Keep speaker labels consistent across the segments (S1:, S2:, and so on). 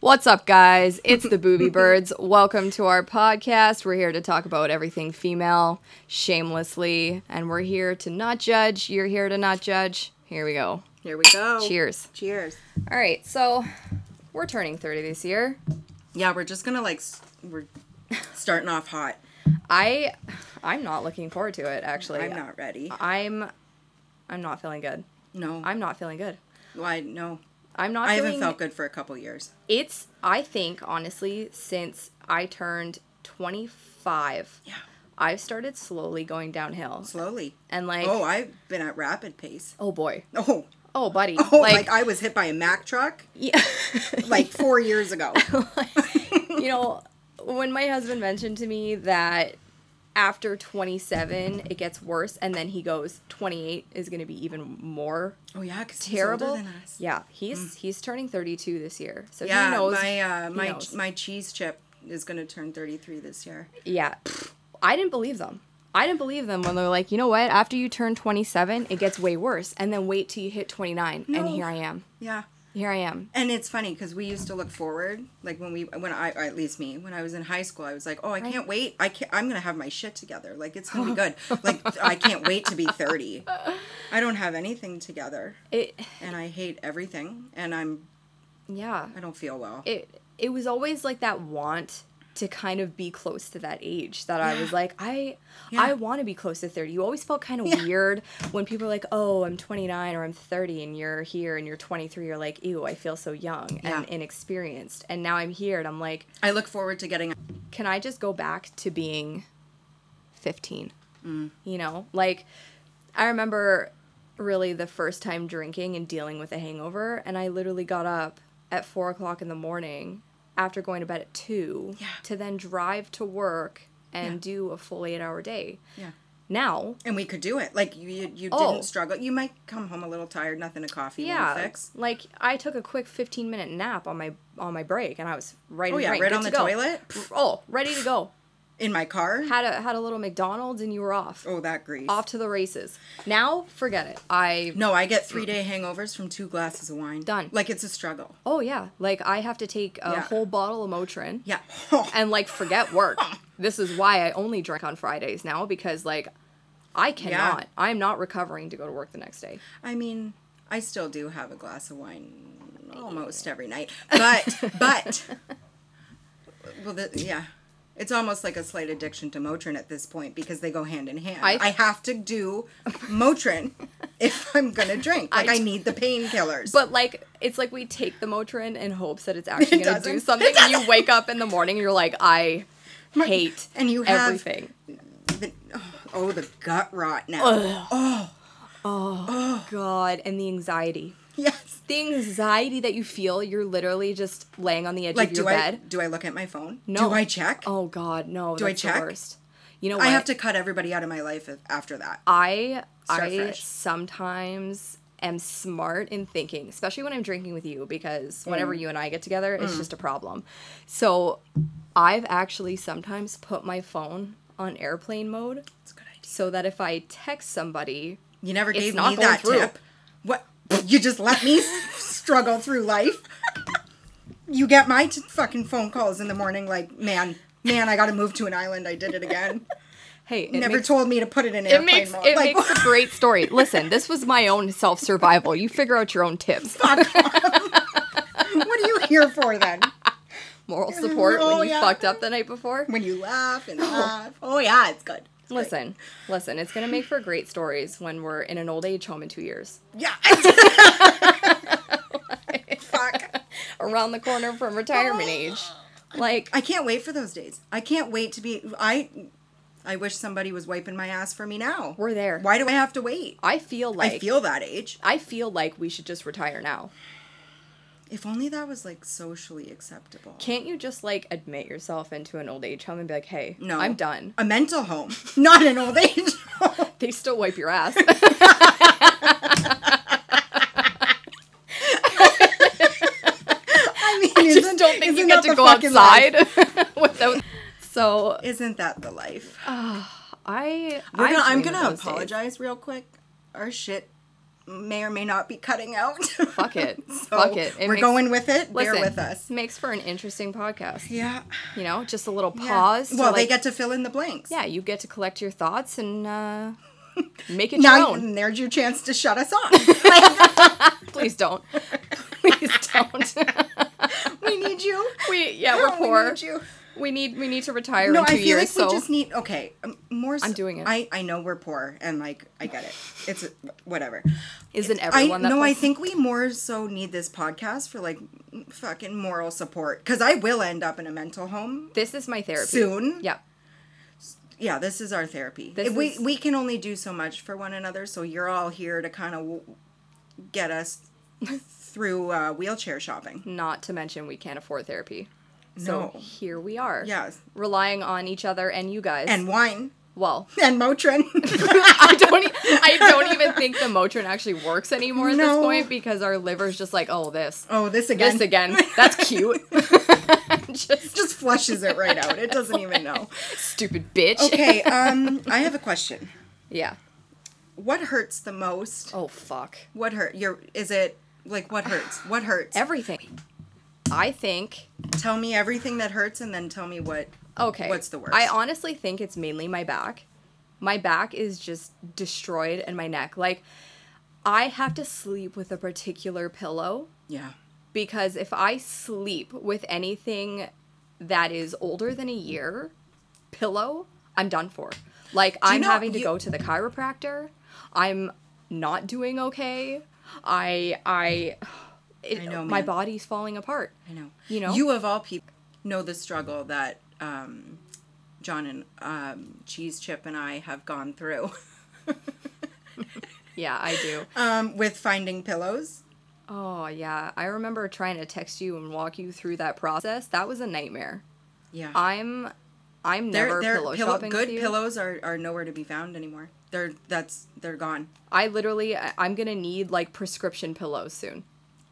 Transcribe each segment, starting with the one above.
S1: What's up, guys? It's the Booby Birds. Welcome to our podcast. We're here to talk about everything female, shamelessly, and we're here to not judge. You're here to not judge. Here we go.
S2: Here we go.
S1: Cheers.
S2: Cheers.
S1: All right, so we're turning 30 this year.
S2: Yeah, we're just gonna like s- we're starting off hot.
S1: I I'm not looking forward to it actually.
S2: I'm not ready.
S1: I'm I'm not feeling good.
S2: No,
S1: Uh, I'm not feeling good.
S2: why? No,
S1: I'm not
S2: I
S1: feeling
S2: haven't felt good for a couple years.
S1: It's I think honestly since I turned 25
S2: Yeah,
S1: I've started slowly going downhill
S2: slowly.
S1: and like
S2: oh,
S1: oh,
S2: I've been at rapid pace.
S1: boy
S2: Oh,
S1: oh buddy
S2: oh, like,
S1: like,
S2: I was hit by a Mack truck
S1: yeah.
S2: like four years ago.
S1: Oh, you know when my husband mentioned to me that after 27 it gets worse and then he goes 28 is going to be even more
S2: Oh yeah, because
S1: terrible
S2: than us. Mm.
S1: yeah he's he's turning 32 this year so he
S2: Yeah,
S1: knows
S2: my uh,
S1: he
S2: my
S1: knows.
S2: my cheese chip is gonna turn 33 this year.
S1: Yeah. I didn't believe them. I didn't believe them when they're like, you know what? After you turn 27, it gets way worse. And then wait till you hit 29. And
S2: No.
S1: here I am.
S2: Yeah.
S1: Here I am.
S2: And it's funny because we used to look forward, like when we, when I, or at least me, when I was in high school, I was like, oh, I can't wait. I can't, I'm going to have my shit together. Like, it's going to be good. Like, I can't wait to be 30. I don't have anything together
S1: It,
S2: and I hate everything and I'm,
S1: yeah.
S2: I don't feel well.
S1: It, it was always like that want to kind of be close to that age that I was like, I, I want to be close to 30. You always felt kind of weird when people are like, oh, I'm 29 or I'm 30 and you're here and you're 23. You're like, ew, I feel so young and
S2: Yeah.
S1: inexperienced. And now I'm here and I'm like,
S2: I look forward to getting,
S1: can I just go back to being 15?
S2: Mm.
S1: You know, like I remember really the first time drinking and dealing with a hangover, and I literally got up at four o'clock in the morning after going to bed at two
S2: Yeah.
S1: to then drive to work and do a full eight hour day.
S2: yeah.
S1: Now,
S2: And we could do it. Like, you, you, you
S1: Oh.
S2: didn't struggle. You might come home a little tired, nothing to coffee
S1: yeah,
S2: yeah. fix.
S1: like I took a quick fifteen minute nap on my on my break, and I was right.
S2: Oh,
S1: and
S2: yeah.
S1: Right,
S2: Right
S1: good
S2: on
S1: to
S2: the
S1: go.
S2: toilet
S1: Oh, ready to go.
S2: in my car.
S1: Had a had a little McDonald's, and you were off.
S2: Oh, that grease.
S1: off to the races. Now, forget it. I
S2: No, I get three day hangovers from two glasses of wine.
S1: Done.
S2: Like it's a struggle.
S1: oh yeah, like I have to take a
S2: Yeah.
S1: whole bottle of Motrin
S2: Yeah.
S1: and like forget work. this is why I only drink on Fridays now because like I cannot. I'm not recovering to go to work the next day.
S2: I mean, I still do have a glass of wine almost every night, but but well, the, yeah, it's almost like a slight addiction to Motrin at this point because they go hand in hand.
S1: I-
S2: I, have to do Motrin if I'm gonna drink. Like I, need the painkillers.
S1: But like it's like we take the Motrin in hopes that it's actually
S2: It
S1: going to do
S2: doesn't.
S1: something
S2: It
S1: and you wake up in the morning and you're like I hate
S2: and you have-
S1: everything.
S2: The- oh, oh, the gut rot now.
S1: God, and the anxiety.
S2: Yes.
S1: The anxiety that you feel, you're literally just laying on the edge
S2: Like
S1: of your
S2: do
S1: bed.
S2: I do I look at my phone?
S1: No.
S2: Do I check?
S1: Oh God, no.
S2: I
S1: that's The
S2: check?
S1: worst. You know what?
S2: I have to cut everybody out of my life if- after that.
S1: I
S2: Start
S1: I
S2: fresh.
S1: sometimes am smart in thinking, especially when I'm drinking with you, because whenever
S2: Mm.
S1: you and I get together, it's just a problem. So I've actually sometimes put my phone on airplane mode
S2: That's a good idea.
S1: so that if I text somebody,
S2: You never
S1: It's
S2: gave
S1: not
S2: me
S1: going
S2: that
S1: through.
S2: tip. What? You just let me s- struggle through life. You get my t- fucking phone calls in the morning, like, man, man, I got to move to an island. I did it again.
S1: hey, it
S2: never
S1: makes,
S2: told me to put it in
S1: it
S2: airplane
S1: makes
S2: mode.
S1: it
S2: like,
S1: makes a great story. Listen, this was my own self survival. You figure out your own tips.
S2: what are you here for then?
S1: Moral support
S2: Oh,
S1: when you
S2: yeah.
S1: fucked up the night before.
S2: When you laugh and laugh. Oh yeah, it's good. It's great.
S1: Listen, listen, it's gonna make for great stories when we're in an old age home in two years.
S2: Yeah. Fuck.
S1: Around the corner from retirement age. Like
S2: I can't wait for those days. I can't wait to be. I. I wish somebody was wiping my ass for me now.
S1: We're there.
S2: Why do I have to wait?
S1: I feel like
S2: I feel that age.
S1: I feel like we should just retire now.
S2: If only that was like socially acceptable.
S1: Can't you just like admit yourself into an old age home and be like, hey,
S2: No.
S1: I'm done.
S2: A mental home, not an old age home.
S1: They still wipe your ass.
S2: I mean,
S1: just don't think you
S2: isn't
S1: get
S2: that
S1: to
S2: the
S1: go
S2: fucking
S1: outside without So
S2: life? Isn't that the life?
S1: I
S2: We're
S1: I
S2: gonna, I'm
S1: dream of
S2: gonna
S1: those days.
S2: apologize real quick. Our shit may or may not be cutting out.
S1: Fuck it.
S2: So
S1: Fuck it. It
S2: we're
S1: makes-
S2: going with it.
S1: Listen,
S2: Bear with us.
S1: Makes for an interesting podcast.
S2: Yeah.
S1: You know, just a little
S2: yeah.
S1: pause. to,
S2: Well, they
S1: like-
S2: get to fill in the blanks.
S1: Yeah, you get to collect your thoughts and uh, make it your
S2: Now
S1: own.
S2: and there's your chance to shut us off. Like,
S1: Please don't. Please don't.
S2: we need you.
S1: we yeah,
S2: Oh,
S1: we're poor.
S2: need you.
S1: We need we need to retire
S2: No,
S1: in two
S2: I feel
S1: years.
S2: like
S1: so
S2: we just need okay. um, More. So,
S1: I'm doing it.
S2: I I know we're poor and like I get it. It's whatever.
S1: isn't
S2: I
S1: everyone that
S2: no. I
S1: person?
S2: think we more so need this podcast for like fucking moral support because I will end up in a mental home
S1: this is my therapy.
S2: soon.
S1: Yeah.
S2: Yeah, this is our therapy.
S1: This
S2: we
S1: is-
S2: we can only do so much for one another. So you're all here to kind of w- get us through uh, wheelchair shopping.
S1: Not to mention we can't afford therapy. So
S2: No.
S1: here we are.
S2: Yes,
S1: Relying on each other and you guys.
S2: and wine
S1: well,
S2: and Motrin.
S1: I don't. E- I don't even think the Motrin actually works anymore at
S2: No.
S1: this point because our liver's just like, oh, this,
S2: oh, this again.
S1: this again. That's cute. just
S2: Just flushes it right out. It doesn't even know.
S1: stupid bitch.
S2: Okay, um, I have a question.
S1: Yeah.
S2: What hurts the most?
S1: Oh fuck.
S2: What hurt? Your is it like what hurts? What hurts?
S1: Everything. I think.
S2: tell me everything that hurts, and then tell me what.
S1: Okay.
S2: What's the worst?
S1: I honestly think it's mainly my back. My back is just destroyed, and my neck. Like, I have to sleep with a particular pillow
S2: Yeah.
S1: because if I sleep with anything that is older than a year pillow, I'm done for. Like I'm
S2: know-
S1: having to
S2: you-
S1: go to the chiropractor. I'm not doing okay. I I, it,
S2: I know,
S1: my
S2: man.
S1: body's falling apart.
S2: I know.
S1: You know?
S2: You of all people know the struggle that um, John and um, Cheese Chip and I have gone through
S1: Yeah, I do.
S2: um, with finding pillows.
S1: Oh yeah, I remember trying to text you and walk you through that process. That was a nightmare.
S2: Yeah.
S1: I'm I'm
S2: They're-
S1: never
S2: they're
S1: pillow
S2: pillow-
S1: shopping
S2: good
S1: with you.
S2: pillows are, are nowhere to be found anymore. They're that's they're gone.
S1: I literally I- I'm gonna need like prescription pillows soon.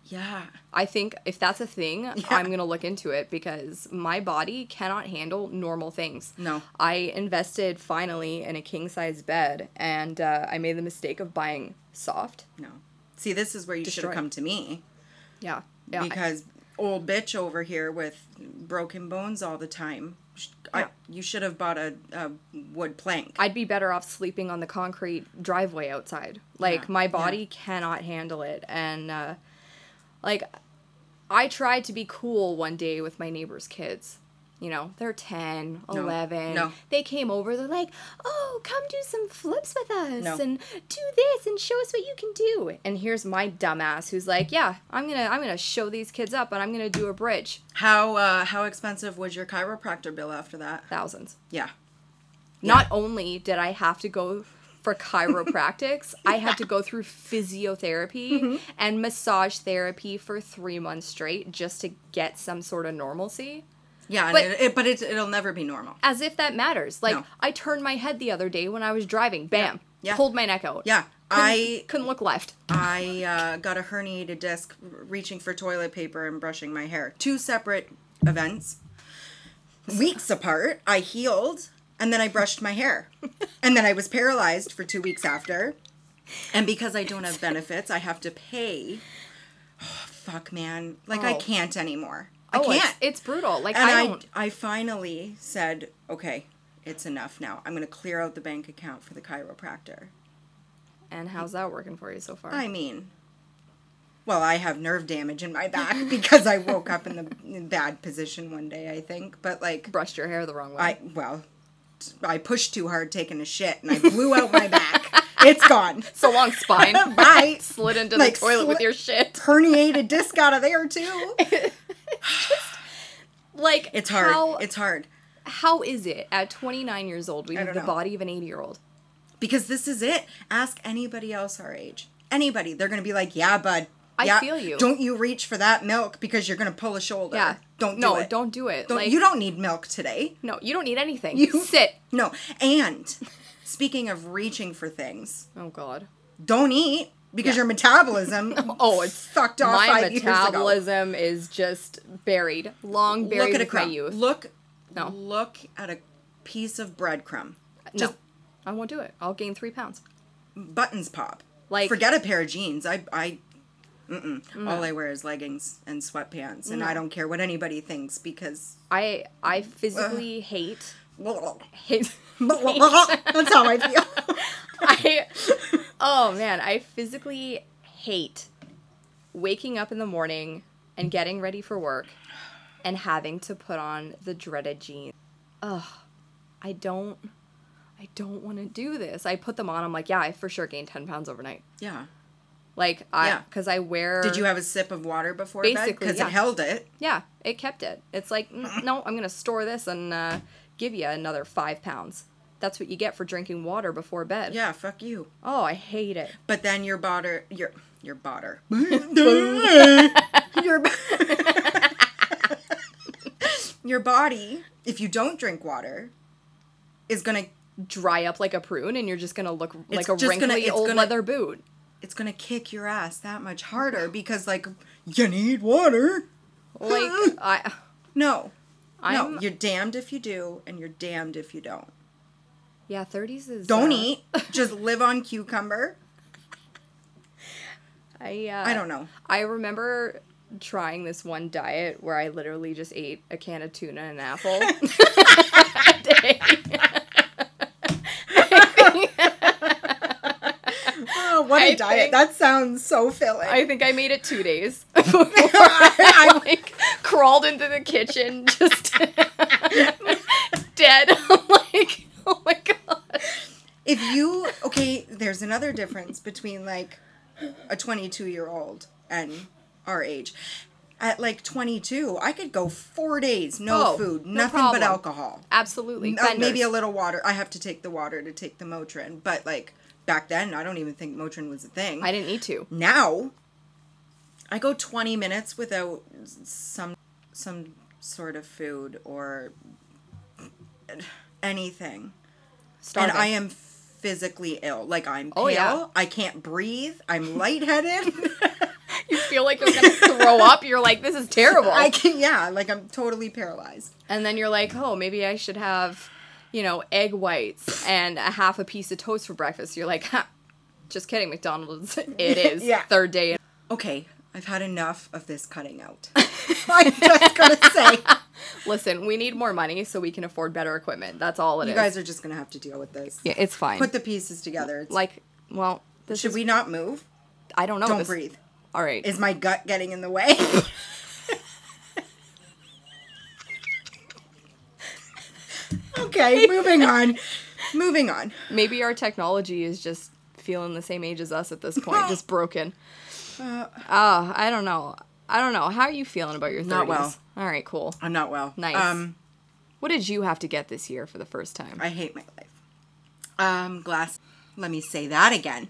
S2: Yeah.
S1: I think if that's a thing, I'm going to look into it because my body cannot handle normal things.
S2: No.
S1: I invested finally in a king size bed and uh, I made the mistake of buying soft.
S2: No. See, this is where you should have
S1: Destroyed.
S2: come to me.
S1: Yeah. Yeah. I-
S2: because old bitch over here with broken bones all the time. sh- I,
S1: Yeah.
S2: you should have bought a, a wood plank.
S1: I'd be better off sleeping on the concrete driveway outside. Like
S2: Yeah,
S1: my
S2: yeah.
S1: body cannot handle it, and uh, like I tried to be cool one day with my neighbor's kids. You know, they're 10, 11.
S2: no.
S1: They came over, they're like, oh, come do some flips with us
S2: No.
S1: and do this and show us what you can do. And here's my dumbass who's like, yeah, I'm going to I'm going to show these kids up and I'm going to do a bridge.
S2: How uh, how expensive was your chiropractor bill after that?
S1: Thousands.
S2: Yeah,
S1: Not only did I have to go for chiropractics, I had to go through physiotherapy
S2: Mm-hmm.
S1: and massage therapy for three months straight just to get some sort of normalcy.
S2: yeah, and
S1: But-
S2: it, it, but it, it'll never be normal.
S1: As if that matters. Like,
S2: No.
S1: I turned my head the other day when I was driving, bam,
S2: Yeah.
S1: pulled my neck out.
S2: Yeah,
S1: Couldn't,
S2: I
S1: couldn't look left.
S2: I uh, got a herniated disc r- reaching for toilet paper and brushing my hair. Two separate events, weeks apart. I healed and then I brushed my hair. And then I was paralyzed for two weeks after. And because I don't have benefits, I have to pay. Oh, fuck, man. Like, I
S1: Oh.
S2: can't anymore. I
S1: oh,
S2: can't.
S1: It's, it's brutal. Like,
S2: and
S1: I
S2: I,
S1: don't.
S2: I, finally said, okay, it's enough now. I'm going to clear out the bank account for the chiropractor.
S1: and how's that working for you so far?
S2: I mean, well, I have nerve damage in my back because I woke up in the in bad position one day, I think. But like,
S1: Brushed your hair the wrong way.
S2: I well, I pushed too hard taking a shit and I blew out my back. It's gone.
S1: so long spine.
S2: Bye.
S1: Slid into
S2: Like,
S1: the toilet with
S2: sli-
S1: your shit.
S2: Herniated disc out of there too.
S1: Like,
S2: It's hard.
S1: How,
S2: It's hard
S1: how is it at 29 years old we have
S2: don't
S1: the
S2: know.
S1: body of an 80 year old?
S2: because this is it. Ask anybody else our age. Anybody, they're gonna be like, "Yeah, bud."
S1: I
S2: Yeah,
S1: feel you.
S2: Don't you reach for that milk because you're gonna pull a shoulder.
S1: Yeah.
S2: Don't
S1: no,
S2: do it.
S1: don't do it.
S2: Don't-
S1: like
S2: you don't need milk today.
S1: no, you don't need anything.
S2: You-
S1: You sit.
S2: No. And speaking of reaching for things,
S1: Oh God.
S2: don't eat because your metabolism
S1: Oh, it's
S2: fucked off
S1: my
S2: five years ago.
S1: metabolism is just buried, long buried
S2: Look at a
S1: with my
S2: crumb.
S1: youth.
S2: Look,
S1: No.
S2: look at a piece of breadcrumb.
S1: no,
S2: Just
S1: I won't do it. I'll gain three pounds.
S2: buttons pop.
S1: Like Mm.
S2: Forget a pair of jeans. I I mm-mm. all I wear is leggings and sweatpants and I don't care what anybody thinks because
S1: I I physically hate hate
S2: that's how I feel.
S1: I oh man, I physically hate waking up in the morning and getting ready for work and having to put on the dreaded jeans. Ugh, I don't, I don't want to do this. I put them on. I'm like, yeah, I for sure gained ten pounds overnight.
S2: Yeah.
S1: Like I,
S2: Yeah.
S1: because I wear.
S2: Did you have a sip of water before bed?
S1: Basically,
S2: Because
S1: yeah.
S2: it held it.
S1: Yeah, it kept it. It's like, "Mm, no, I'm gonna store this and uh, give you another five pounds. That's what you get for drinking water before bed.
S2: Yeah, fuck you.
S1: Oh, I hate it.
S2: But then your botter, your your botter, your your body, if you don't drink water, is gonna
S1: Dry up like a prune, and you're just gonna look like a
S2: just gonna-
S1: wrinkly
S2: it's
S1: old
S2: gonna-
S1: leather boot.
S2: it's gonna kick your ass that much harder because like you need water.
S1: Like I,
S2: No,
S1: I'm
S2: no, you're damned if you do, and you're damned if you don't.
S1: yeah. Thirties is
S2: Don't
S1: uh,
S2: eat. Just live on cucumber.
S1: I uh,
S2: I don't know.
S1: I remember trying this one diet where I literally just ate a can of tuna and an apple. a day.
S2: Oh, what
S1: a
S2: a
S1: diet.
S2: diet! that sounds so filling.
S1: I think I made it two days before I like crawled into the kitchen just dead. I'm like, oh my god.
S2: if you okay there's another difference between like a 22 year old and our age at like 22 i could go four days no
S1: Oh,
S2: food
S1: no
S2: nothing
S1: problem.
S2: but alcohol
S1: Absolutely.
S2: Uh, maybe a
S1: Benders.
S2: little water i have to take the water to take the motrin but like back then i don't even think motrin was a thing
S1: I didn't need to.
S2: now i go 20 minutes without some some sort of food or anything
S1: Starving.
S2: and I am physically ill. Like I'm pale.
S1: Oh, yeah.
S2: I can't breathe. I'm lightheaded.
S1: you feel like you're gonna throw up. You're like, this is terrible.
S2: I can yeah, like I'm totally paralyzed.
S1: and then you're like, oh, maybe I should have, you know, egg whites and a half a piece of toast for breakfast. You're like, ha, just kidding, McDonald's. It is
S2: Yeah.
S1: third day. in-
S2: Okay, I've had enough of this cutting out. I'm just gonna say
S1: Listen, we need more money so we can afford better equipment. That's all it is.
S2: you guys are just gonna have to deal with this.
S1: yeah, it's fine.
S2: Put the pieces together. It's like
S1: like, well, this
S2: should
S1: is,
S2: we not move?
S1: I don't know.
S2: Don't
S1: this-
S2: breathe.
S1: All right.
S2: Is my gut getting in the way? okay, moving on. Moving on.
S1: Maybe our technology is just feeling the same age as us at this point, just broken.
S2: Uh.
S1: Ah, I don't know. I don't know. How are you feeling about your 30s?
S2: Not well.
S1: All right, cool.
S2: I'm not well.
S1: Nice.
S2: Um
S1: What did you have to get this year for the first time?
S2: I hate my life. Um, glass. Let me say that again.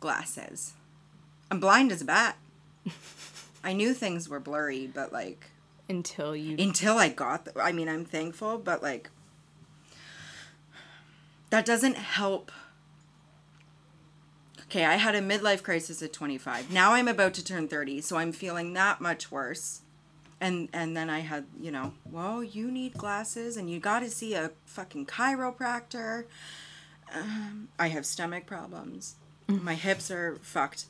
S2: Glasses. I'm blind as a bat. I knew things were blurry, but like
S1: Until you
S2: until I got. The, I mean, I'm thankful, but like that doesn't help. Okay, I had a midlife crisis at 25. Now I'm about to turn 30, so I'm feeling that much worse. And and then I had, you know, well, you need glasses and you got to see a fucking chiropractor. Um, I have stomach problems. My hips are fucked.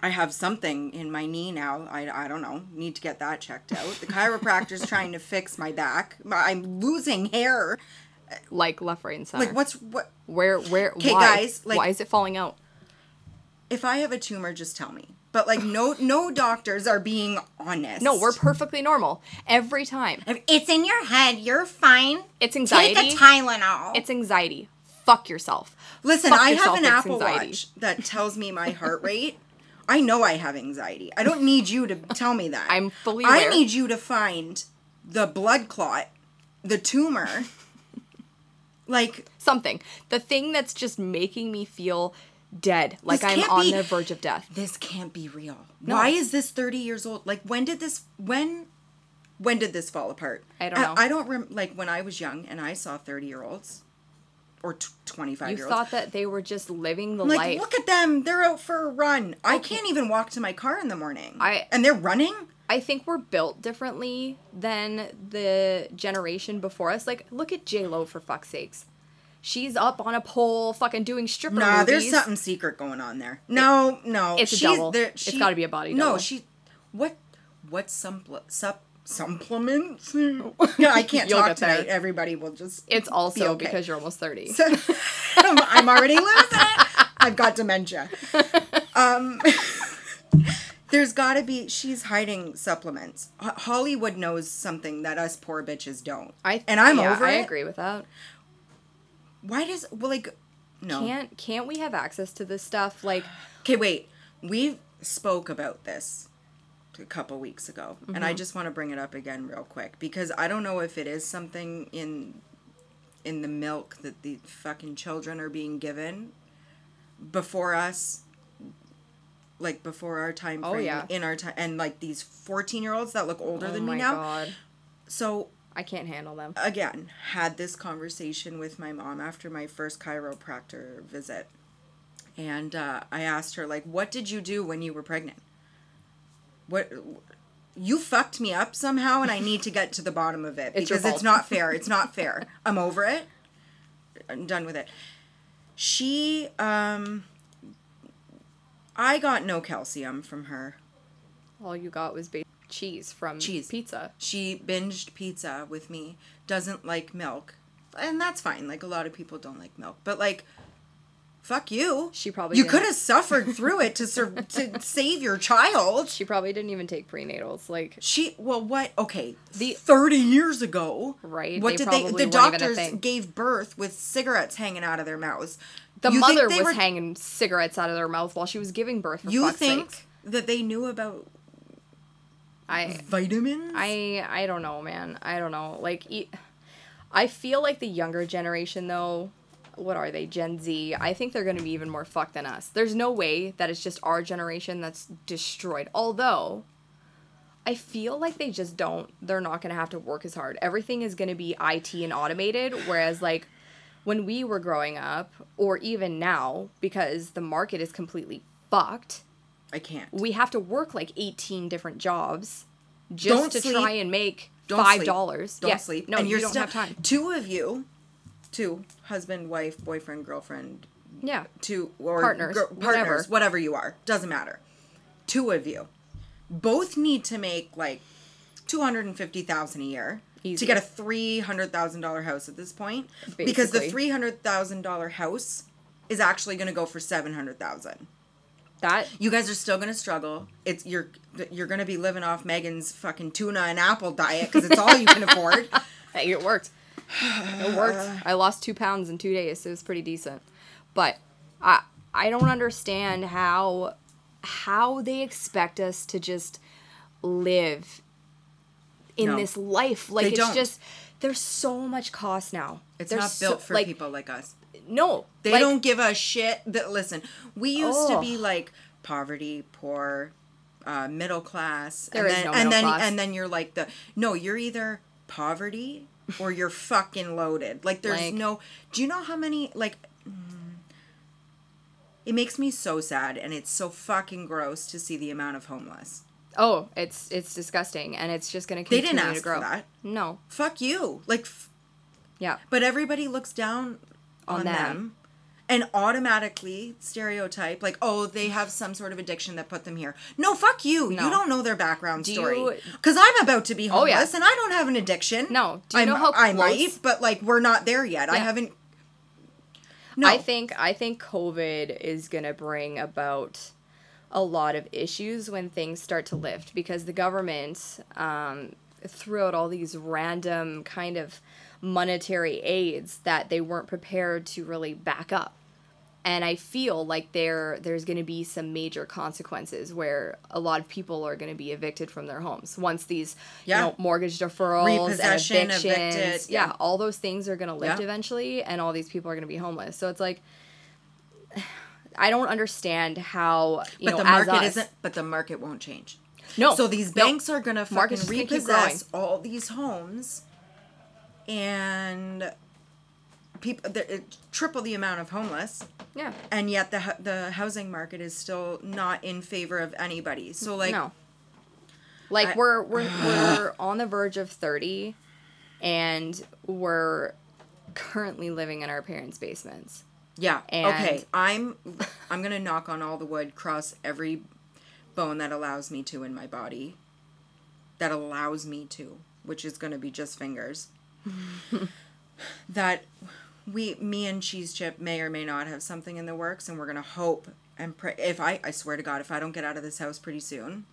S2: I have something in my knee now. I, I don't know. Need to get that checked out. The chiropractor's trying to fix my back. My- I'm losing hair.
S1: like left, right, and center.
S2: Like, what's what?
S1: Where where
S2: 'Kay,
S1: why?
S2: guys, like-
S1: why is it falling out?
S2: If I have a tumor, just tell me. But like, no, no doctors are being honest.
S1: No, we're perfectly normal every time.
S2: If it's in your head. You're fine.
S1: It's anxiety.
S2: Take a Tylenol.
S1: It's anxiety. Fuck yourself.
S2: Listen,
S1: Fuck
S2: I
S1: yourself,
S2: have an
S1: it's
S2: Apple
S1: anxiety.
S2: Watch that tells me my heart rate. I know I have anxiety. I don't need you to tell me that.
S1: I'm fully
S2: I
S1: aware.
S2: need you to find the blood clot, the tumor. like
S1: Something. The thing that's just making me feel dead, like
S2: This
S1: I'm
S2: can't
S1: on
S2: be-
S1: the verge of death.
S2: this can't be real. Why is this 30 years old? Like when did this when when did this fall apart?
S1: I don't know.
S2: I, don't rem- like when I was young and I saw 30-year-olds or t- 25
S1: You
S2: year olds.
S1: thought that they were just living the
S2: Like,
S1: life.
S2: look at them. They're out for a run. I can't even walk to my car in the morning.
S1: I-
S2: and they're running?
S1: I think we're built differently than the generation before us. Like, look at J Lo for fuck's sakes. she's up on a pole, fucking doing stripper
S2: Nah,
S1: movies.
S2: there's something secret going on there. No, no,
S1: it's a double. It's gotta be a body double.
S2: No, she. What? What supple, sup, supplements? no, I can't
S1: You'll
S2: talk
S1: get there.
S2: tonight. Everybody will just.
S1: It's also
S2: okay.
S1: because you're almost thirty.
S2: I'm, I'm already losing it. I've got dementia. Um, there's got to be. She's hiding supplements. Ho- Hollywood knows something that us poor bitches don't.
S1: I
S2: and I'm
S1: yeah,
S2: over
S1: I
S2: it.
S1: agree with that.
S2: Why does well like no?
S1: Can't can't we have access to this stuff? Like, oh
S2: Okay, wait. We spoke about this a couple weeks ago, and
S1: Mm-hmm.
S2: I just want to bring it up again real quick because I don't know if it is something in in the milk that the fucking children are being given before us like before our time frame
S1: Oh, yeah.
S2: in our time and like these 14 year olds that look older
S1: oh
S2: than
S1: my
S2: me now
S1: god,
S2: so
S1: I can't handle them.
S2: again had this conversation with my mom after my first chiropractor visit and uh, i asked her like what did you do when you were pregnant what you fucked me up somehow and i need to get to the bottom of it
S1: It's your
S2: because it's
S1: fault.
S2: not fair it's not fair i'm over it i'm done with it she um i got no calcium from her
S1: All you got was ba- cheese from
S2: Cheese.
S1: pizza.
S2: she binged pizza with me doesn't like milk and that's fine like a lot of people don't like milk but like fuck you
S1: She probably
S2: you
S1: didn't.
S2: could have suffered through it to sur- to save your child
S1: She probably didn't even take prenatals. Like,
S2: she well what okay
S1: The-
S2: 30 years ago
S1: Right,
S2: what
S1: they
S2: did they
S1: probably
S2: the
S1: weren't even a
S2: doctors
S1: thing.
S2: gave birth with cigarettes hanging out of their mouths
S1: the
S2: You think
S1: mother
S2: they
S1: was
S2: were-
S1: hanging cigarettes out of their mouth while she was giving birth. For
S2: you
S1: fuck's
S2: think
S1: sakes.
S2: that they knew about
S1: I
S2: vitamins
S1: I I don't know, man. I don't know. Like, e- I feel like the younger generation, though. What are they? Gen Z. I think they're going to be even more fucked than us. There's no way that it's just our generation that's destroyed. Although, I feel like they just don't. They're not going to have to work as hard. Everything is going to be IT and automated. Whereas, like, when we were growing up, or even now, because the market is completely fucked
S2: i can't
S1: we have to work like 18 different jobs just
S2: Don't
S1: to
S2: sleep.
S1: try and make
S2: Don't
S1: five
S2: sleep.
S1: dollars.
S2: Don't
S1: Yeah.
S2: sleep.
S1: No,
S2: and
S1: you
S2: you're
S1: don't
S2: still-
S1: have time.
S2: Two of you, two husband, wife, boyfriend, girlfriend,
S1: Yeah.
S2: two or
S1: Partners,
S2: gir- partners,
S1: whatever.
S2: whatever. you are, doesn't matter. Two of you, both need to make like two hundred and fifty thousand a year
S1: Easy.
S2: to get a three hundred thousand dollar house at this point, because the
S1: Basically.
S2: three hundred thousand dollar house is actually going to go for seven hundred thousand.
S1: That
S2: You guys are still gonna struggle. It's you're you're gonna be living off Megan's fucking tuna and apple diet because it's all you can afford.
S1: hey, it worked. It worked. I lost two pounds in two days, so it was pretty decent. But I I don't understand how how they expect us to just live in
S2: No.
S1: this life. Like
S2: They
S1: it's
S2: don't.
S1: just there's so much cost now.
S2: It's
S1: There's
S2: not
S1: so-
S2: built for
S1: like,
S2: people like us.
S1: No,
S2: They
S1: like,
S2: don't give a shit. That listen, we used
S1: Oh.
S2: to be like poverty, poor, uh, middle class,
S1: There
S2: and
S1: is
S2: then
S1: no
S2: and
S1: middle
S2: then
S1: class.
S2: and then you're like the no, you're either poverty or you're fucking loaded. Like there's
S1: Like-
S2: no. Do you know how many like? mm, It makes me so sad, and it's so fucking gross to see the amount of homeless.
S1: Oh, it's it's disgusting, and it's just going to
S2: They
S1: continue
S2: didn't ask
S1: to grow.
S2: for that.
S1: No,
S2: Fuck you. Like, f-
S1: yeah,
S2: but everybody looks down
S1: On
S2: on,
S1: them.
S2: them. and automatically stereotype like oh they have some sort of addiction that put them here no fuck you
S1: No.
S2: you don't know their background
S1: Do
S2: story
S1: you-
S2: because i'm about to be
S1: Oh,
S2: homeless
S1: yeah.
S2: and i don't have an addiction
S1: No. Do you
S2: I'm-
S1: know how
S2: i
S1: close-
S2: might but like we're not there yet i
S1: Yeah.
S2: haven't no
S1: I think I think COVID is going to bring about a lot of issues when things start to lift because the government um, threw out all these random kind of monetary aids that they weren't prepared to really back up. And I feel like there there's going to be some major consequences where a lot of people are going to be evicted from their homes once these
S2: Yeah.
S1: you know mortgage deferrals
S2: Repossession,
S1: and evictions
S2: evicted,
S1: yeah.
S2: yeah.
S1: all those things are going to lift
S2: Yeah.
S1: eventually and all these people are going to be homeless. So it's like I don't understand how you
S2: but
S1: know
S2: the
S1: as
S2: market
S1: us-
S2: isn't but the market won't change
S1: no.
S2: so these
S1: no.
S2: banks are gonna fucking
S1: Market's gonna keep
S2: repossess all these homes and people there- it- triple the amount of homeless
S1: yeah
S2: and yet the hu- the housing market is still not in favor of anybody. So like
S1: no like
S2: I-
S1: we're we're we're on the verge of 30 and we're currently living in our parents' basements.
S2: Yeah.
S1: And-
S2: okay. I'm I'm gonna knock on all the wood, cross every bone that allows me to in my body. That allows me to, which is gonna be just fingers. that we me and Cheese Chip may or may not have something in the works and we're gonna hope and pray if I I swear to God, if I don't get out of this house pretty soon,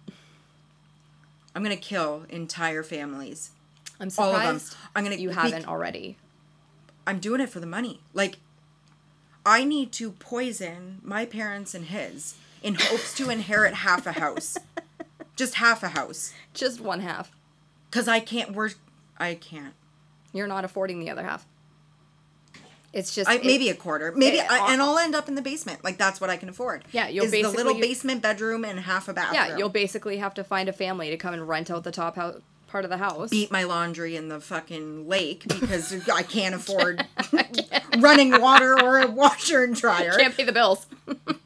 S2: I'm gonna kill entire families.
S1: I'm
S2: All of
S1: surprised
S2: them. I'm gonna
S1: you
S2: be-
S1: haven't already.
S2: I'm doing it for the money. Like, I need to poison my parents and his in hopes to inherit half a house, just half a house,
S1: Just one half.
S2: because I can't work. I can't.
S1: You're not affording the other half. It's just
S2: I,
S1: it-
S2: maybe a quarter. Maybe,
S1: it-
S2: I, and I'll end up in the basement. Like that's what I can afford.
S1: Yeah, you'll
S2: is the little
S1: basically-
S2: basement bedroom and half a bathroom.
S1: yeah. You'll basically have to find a family to come and rent out the top house part of the house.
S2: beat my laundry in the fucking lake because I can't afford running water or a washer and dryer.
S1: Can't pay the bills.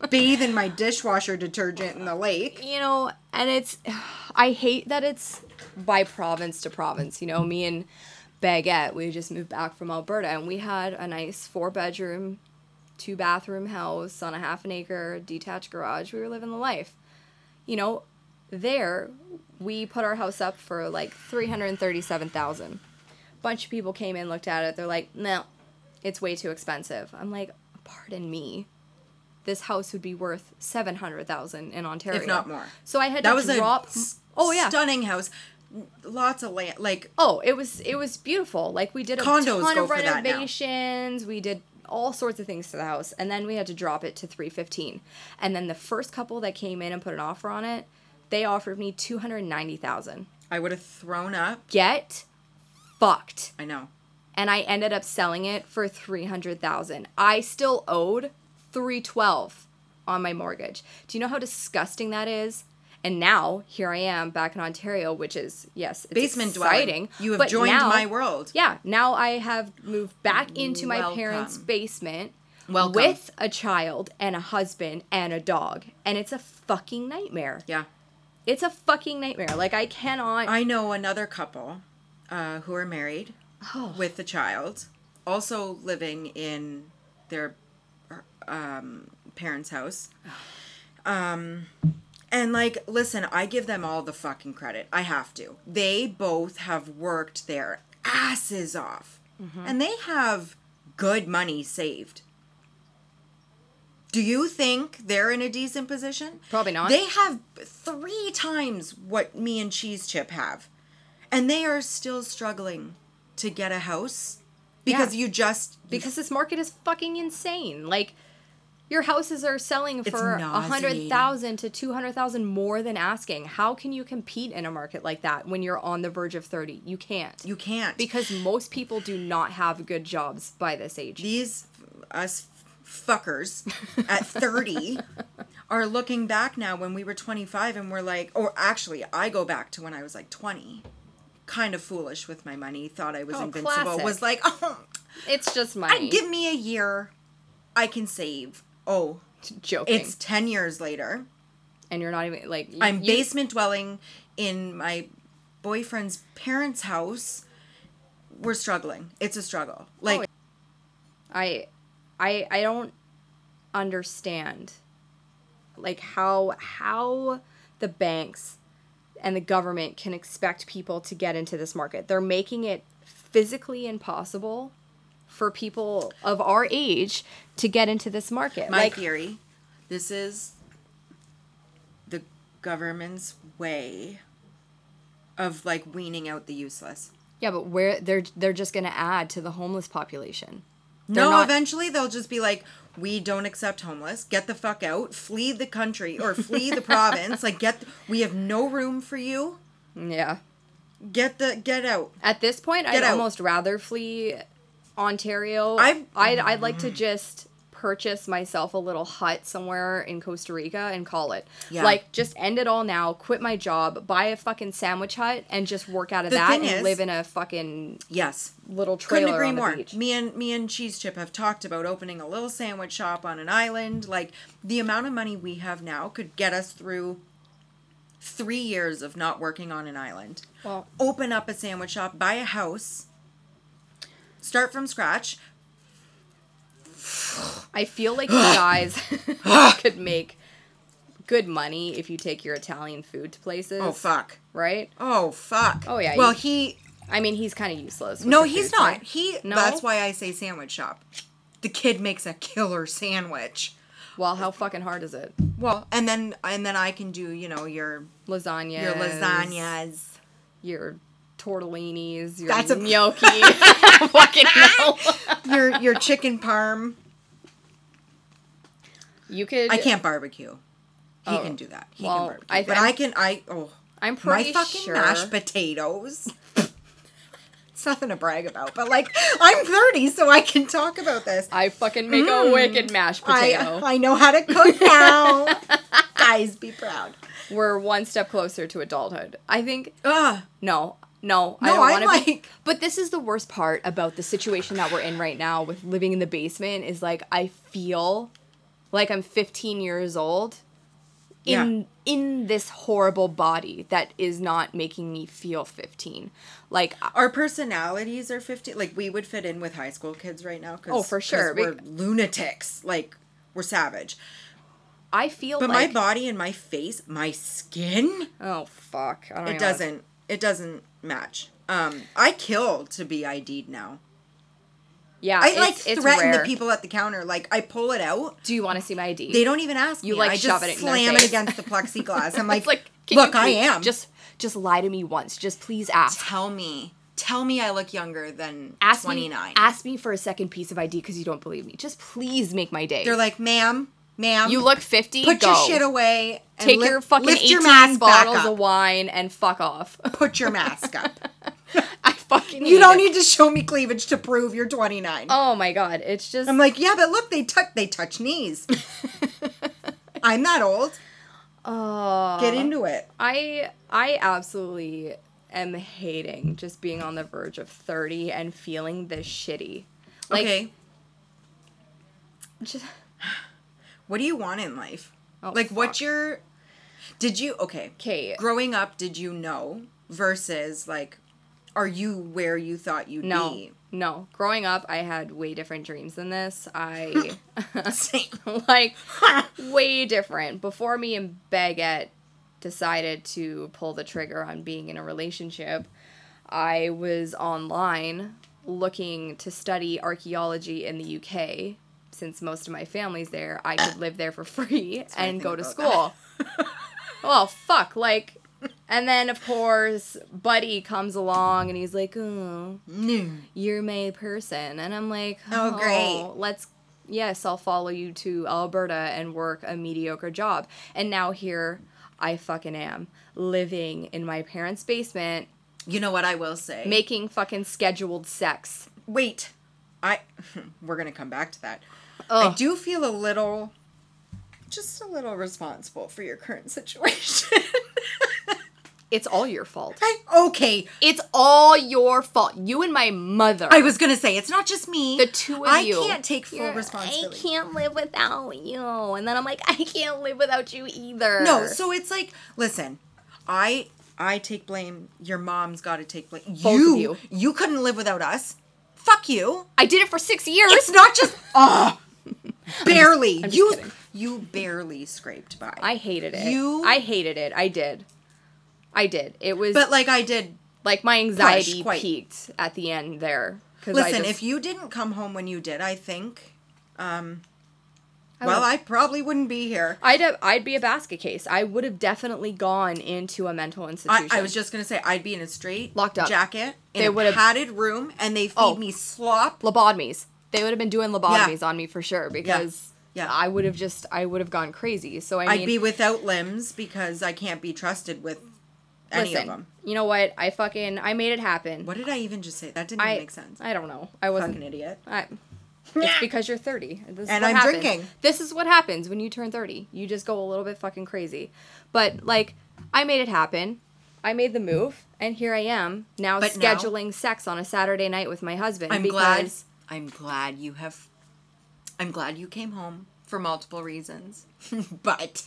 S2: Bathe in my dishwasher detergent in the lake.
S1: you know, and it's I hate that it's by province to province. You know, me and Baguette, we just moved back from Alberta and we had a nice four bedroom, two bathroom house on a half an acre detached garage. We were living the life. You know, there we put our house up for like 337,000. Bunch of people came in, looked at it. They're like, "No, it's way too expensive." I'm like, "Pardon me." This house would be worth 700,000 in Ontario.
S2: not more.
S1: So I had
S2: That
S1: to
S2: was
S1: drop
S2: a s-
S1: Oh yeah.
S2: stunning house. Lots of land, like
S1: Oh, it was it was beautiful. Like we did a
S2: Condos
S1: ton
S2: go
S1: of
S2: for that now.
S1: renovations. We did all sorts of things to the house, and then we had to drop it to three fifteen. And then the first couple that came in and put an offer on it, they offered me two hundred ninety thousand.
S2: I would have thrown up.
S1: Get fucked.
S2: I know.
S1: And I ended up selling it for three hundred thousand. I still owed three twelve on my mortgage. Do you know how disgusting that is? And now here I am back in Ontario, which is yes, it's
S2: Basement
S1: exciting.
S2: dwelling. You have
S1: but
S2: joined
S1: now-
S2: my world.
S1: yeah, now I have moved back into my parents'
S2: Welcome.
S1: basement
S2: Welcome.
S1: with a child and a husband and a dog. And it's a fucking nightmare.
S2: Yeah.
S1: It's a fucking nightmare. Like I cannot
S2: I know another couple uh, who are married
S1: Oh.
S2: with a child, also living in their um, parents' house. Um, and like, listen, I give them all the fucking credit. I have to. They both have worked their asses off,
S1: Mm-hmm.
S2: and they have good money saved. Do you think they're in a decent position?
S1: Probably not.
S2: They have three times what me and Cheese Chip have. And they are still struggling to get a house because
S1: Yeah.
S2: you just
S1: because this market is fucking insane. Like your houses are selling for a hundred
S2: nauseating.
S1: thousand to two hundred thousand more than asking. How can you compete in a market like that when you're on the verge of thirty? You can't.
S2: you can't.
S1: because most people do not have good jobs by this age.
S2: these us fuckers at 30 are looking back now when we were 25 and we're like or actually I go back to when I was like 20 kind of foolish with my money thought I was
S1: Oh,
S2: invincible
S1: classic.
S2: was like oh
S1: it's just money.
S2: give me a year I can save oh
S1: joking.
S2: it's 10 years later
S1: and you're not even like y-
S2: I'm
S1: you-
S2: basement dwelling in my boyfriend's parents' house. We're struggling. It's a struggle. Like
S1: I I I don't understand like how how the banks and the government can expect people to get into this market. They're making it physically impossible for people of our age to get into this market.
S2: my
S1: like
S2: theory, this is the government's way of like weaning out the useless.
S1: yeah, but where they're they're just going to add to the homeless population. They're
S2: no,
S1: not-
S2: eventually they'll just be like, "We don't accept homeless. Get the fuck out. Flee the country or flee the province. Like get we have no room for you.
S1: Yeah.
S2: Get the get out."
S1: At this point, I'd
S2: Get out.
S1: almost rather flee Ontario.
S2: I've-
S1: I'd, I'd like to just purchase myself a little hut somewhere in Costa Rica and call it.
S2: Yeah.
S1: Like, just end it all now, quit my job, buy a fucking sandwich hut, and just work out of
S2: The
S1: that and
S2: thing is-
S1: live in a fucking
S2: Yes.
S1: little trailer
S2: couldn't agree
S1: on the
S2: more.
S1: beach.
S2: Me and me and Cheese Chip have talked about opening a little sandwich shop on an island. Like the amount of money we have now could get us through three years of not working on an island.
S1: Well-
S2: open up a sandwich shop, buy a house, start from scratch,
S1: I feel like you guys
S2: Ah.
S1: could make good money if you take your Italian food to places.
S2: Oh fuck.
S1: Right?
S2: Oh fuck.
S1: Oh, yeah,
S2: Well,
S1: you-
S2: he
S1: I mean, he's kind of useless. with
S2: no,
S1: the
S2: he's
S1: food,
S2: not.
S1: right?
S2: He.
S1: No?
S2: That's why I say sandwich shop. The kid makes a killer sandwich.
S1: Well, how fucking hard is it?
S2: Well, and then and then I can do you know your
S1: Lasagna.
S2: your lasagnas.
S1: Your tortellinis. Your
S2: That's
S1: That's
S2: a-
S1: a gnocchi. fucking no.
S2: your your chicken parm.
S1: You could.
S2: I can't barbecue. He
S1: Oh.
S2: can do that. He can
S1: Well,
S2: barbecue.
S1: I-
S2: but I can I oh
S1: I'm
S2: my
S1: pretty
S2: fucking
S1: sure.
S2: mashed potatoes. it's nothing to brag about, but like I'm 30, so I can talk about this.
S1: I fucking make a wicked mashed
S2: Mm. I
S1: potato.
S2: I know how to cook now. Guys, be proud.
S1: We're one step closer to adulthood. I think.
S2: Ugh.
S1: No, no, I
S2: No,
S1: don't
S2: I'm
S1: want to be.
S2: like-
S1: But this is the worst part about the situation that we're in right now with living in the basement is like I feel like I'm 15 years old in in this horrible body that is not making me feel 15. Like I-
S2: Our personalities are 50. Like we would fit in with high school kids right now. Cause,
S1: Oh, for
S2: 'cause
S1: sure,
S2: We're
S1: bec-
S2: lunatics. Like we're savage.
S1: I feel
S2: But
S1: like
S2: my body and my face, my skin.
S1: oh fuck, I don't
S2: it
S1: even-
S2: doesn't it doesn't match um i kill to be id'd now
S1: Yeah,
S2: i
S1: it's,
S2: like
S1: it's
S2: threaten
S1: rare.
S2: the people at the counter like i pull it out
S1: Do you want to see my ID?
S2: they don't even ask
S1: You,
S2: me.
S1: like,
S2: i
S1: shove
S2: just
S1: it in their
S2: slam it
S1: face.
S2: against the plexiglass i'm like,
S1: it's like can you
S2: look i
S1: please
S2: am just
S1: Just just lie to me once. Just please ask.
S2: tell me tell me i look younger than
S1: ask
S2: 29
S1: me ask me for a second piece of ID because you don't believe me. Just please make my day.
S2: they're like ma'am ma'am
S1: you look fifty.
S2: put
S1: go.
S2: your shit away and
S1: Take
S2: lift-
S1: your fucking
S2: lift
S1: eighteen
S2: your mask back
S1: bottles
S2: up.
S1: of wine and fuck off.
S2: put your mask up
S1: I fucking
S2: you
S1: hate
S2: don't
S1: it.
S2: need to show me cleavage to prove you're 29
S1: Oh my god, it's just
S2: I'm like, yeah, but look, they touch they touch knees. I'm not old.
S1: oh,
S2: Get into it.
S1: I I absolutely am hating just being on the verge of thirty and feeling this shitty. Like,
S2: okay.
S1: just-
S2: What do you want in life?
S1: Oh,
S2: like what's
S1: fuck.
S2: your Did you okay.
S1: Okay.
S2: Growing up, did you know versus like are you where you thought you'd
S1: No,
S2: be?
S1: no. Growing up, I had way different dreams than this. I
S2: Same.
S1: like way different. Before me and Baguette decided to pull the trigger on being in a relationship, I was online looking to study archaeology in the UK. Since most of my family's there, I could live there for free
S2: what I
S1: and
S2: think
S1: go to
S2: about
S1: school. well, fuck, like, and then of course, Buddy comes along and he's like, "Oh,
S2: No.
S1: you're my person. And I'm like,
S2: Oh,
S1: oh,
S2: great.
S1: Let's, yes, I'll follow you to Alberta and work a mediocre job. And now here I fucking am, living in my parents' basement,
S2: You know what I will say?
S1: making fucking scheduled sex.
S2: Wait. I we're going to come back to that. I
S1: Ugh.
S2: do feel a little just a little responsible for your current situation.
S1: It's all your fault.
S2: I, okay,
S1: It's all your fault. You and my mother.
S2: I was gonna say it's not just me.
S1: the two of
S2: I
S1: you.
S2: can't take full
S1: You're-
S2: responsibility.
S1: I can't live without you. And then I'm like, I can't live without you either.
S2: No, so it's like, listen, I I take blame. Your mom's got to take blame.
S1: of
S2: you,
S1: you.
S2: couldn't live without us. Fuck you.
S1: I did it for six years.
S2: It's not just ah, barely.
S1: just
S2: you
S1: kidding.
S2: you barely scraped by.
S1: I hated it.
S2: You-
S1: I hated it. I did. I did. It was
S2: but like I did.
S1: like my anxiety
S2: quite.
S1: peaked at the end there. 'cause I
S2: Listen,
S1: just-
S2: if you didn't come home when you did, I think, um,
S1: I
S2: well,
S1: would-
S2: I probably wouldn't be here.
S1: I'd have, I'd be a basket case. I would have definitely gone into a mental
S2: I,
S1: institution.
S2: I was just gonna say I'd be in a straight
S1: Locked up.
S2: jacket in
S1: They
S2: a
S1: would've-
S2: padded room, and they feed
S1: Oh.
S2: me slop
S1: lobotomies. They would have been doing lobotomies on me for sure because
S2: Yeah.
S1: I would have just I would have gone crazy. So I
S2: I'd
S1: mean,
S2: be without limbs because I can't be trusted with any
S1: listen,
S2: of them.
S1: you know what? I fucking I made it happen.
S2: What did I even just say? That didn't
S1: I
S2: even make sense.
S1: I don't know. I wasn't
S2: Fucking idiot.
S1: I, it's because you're 30. This is
S2: And
S1: what
S2: I'm
S1: happens.
S2: drinking.
S1: This is what happens when you turn 30. You just go a little bit fucking crazy. But like, I made it happen. I made the move, and here I am now
S2: But now-
S1: scheduling sex on a Saturday night with my husband.
S2: I'm glad.
S1: because
S2: I'm glad you have. I'm glad you came home for multiple reasons, but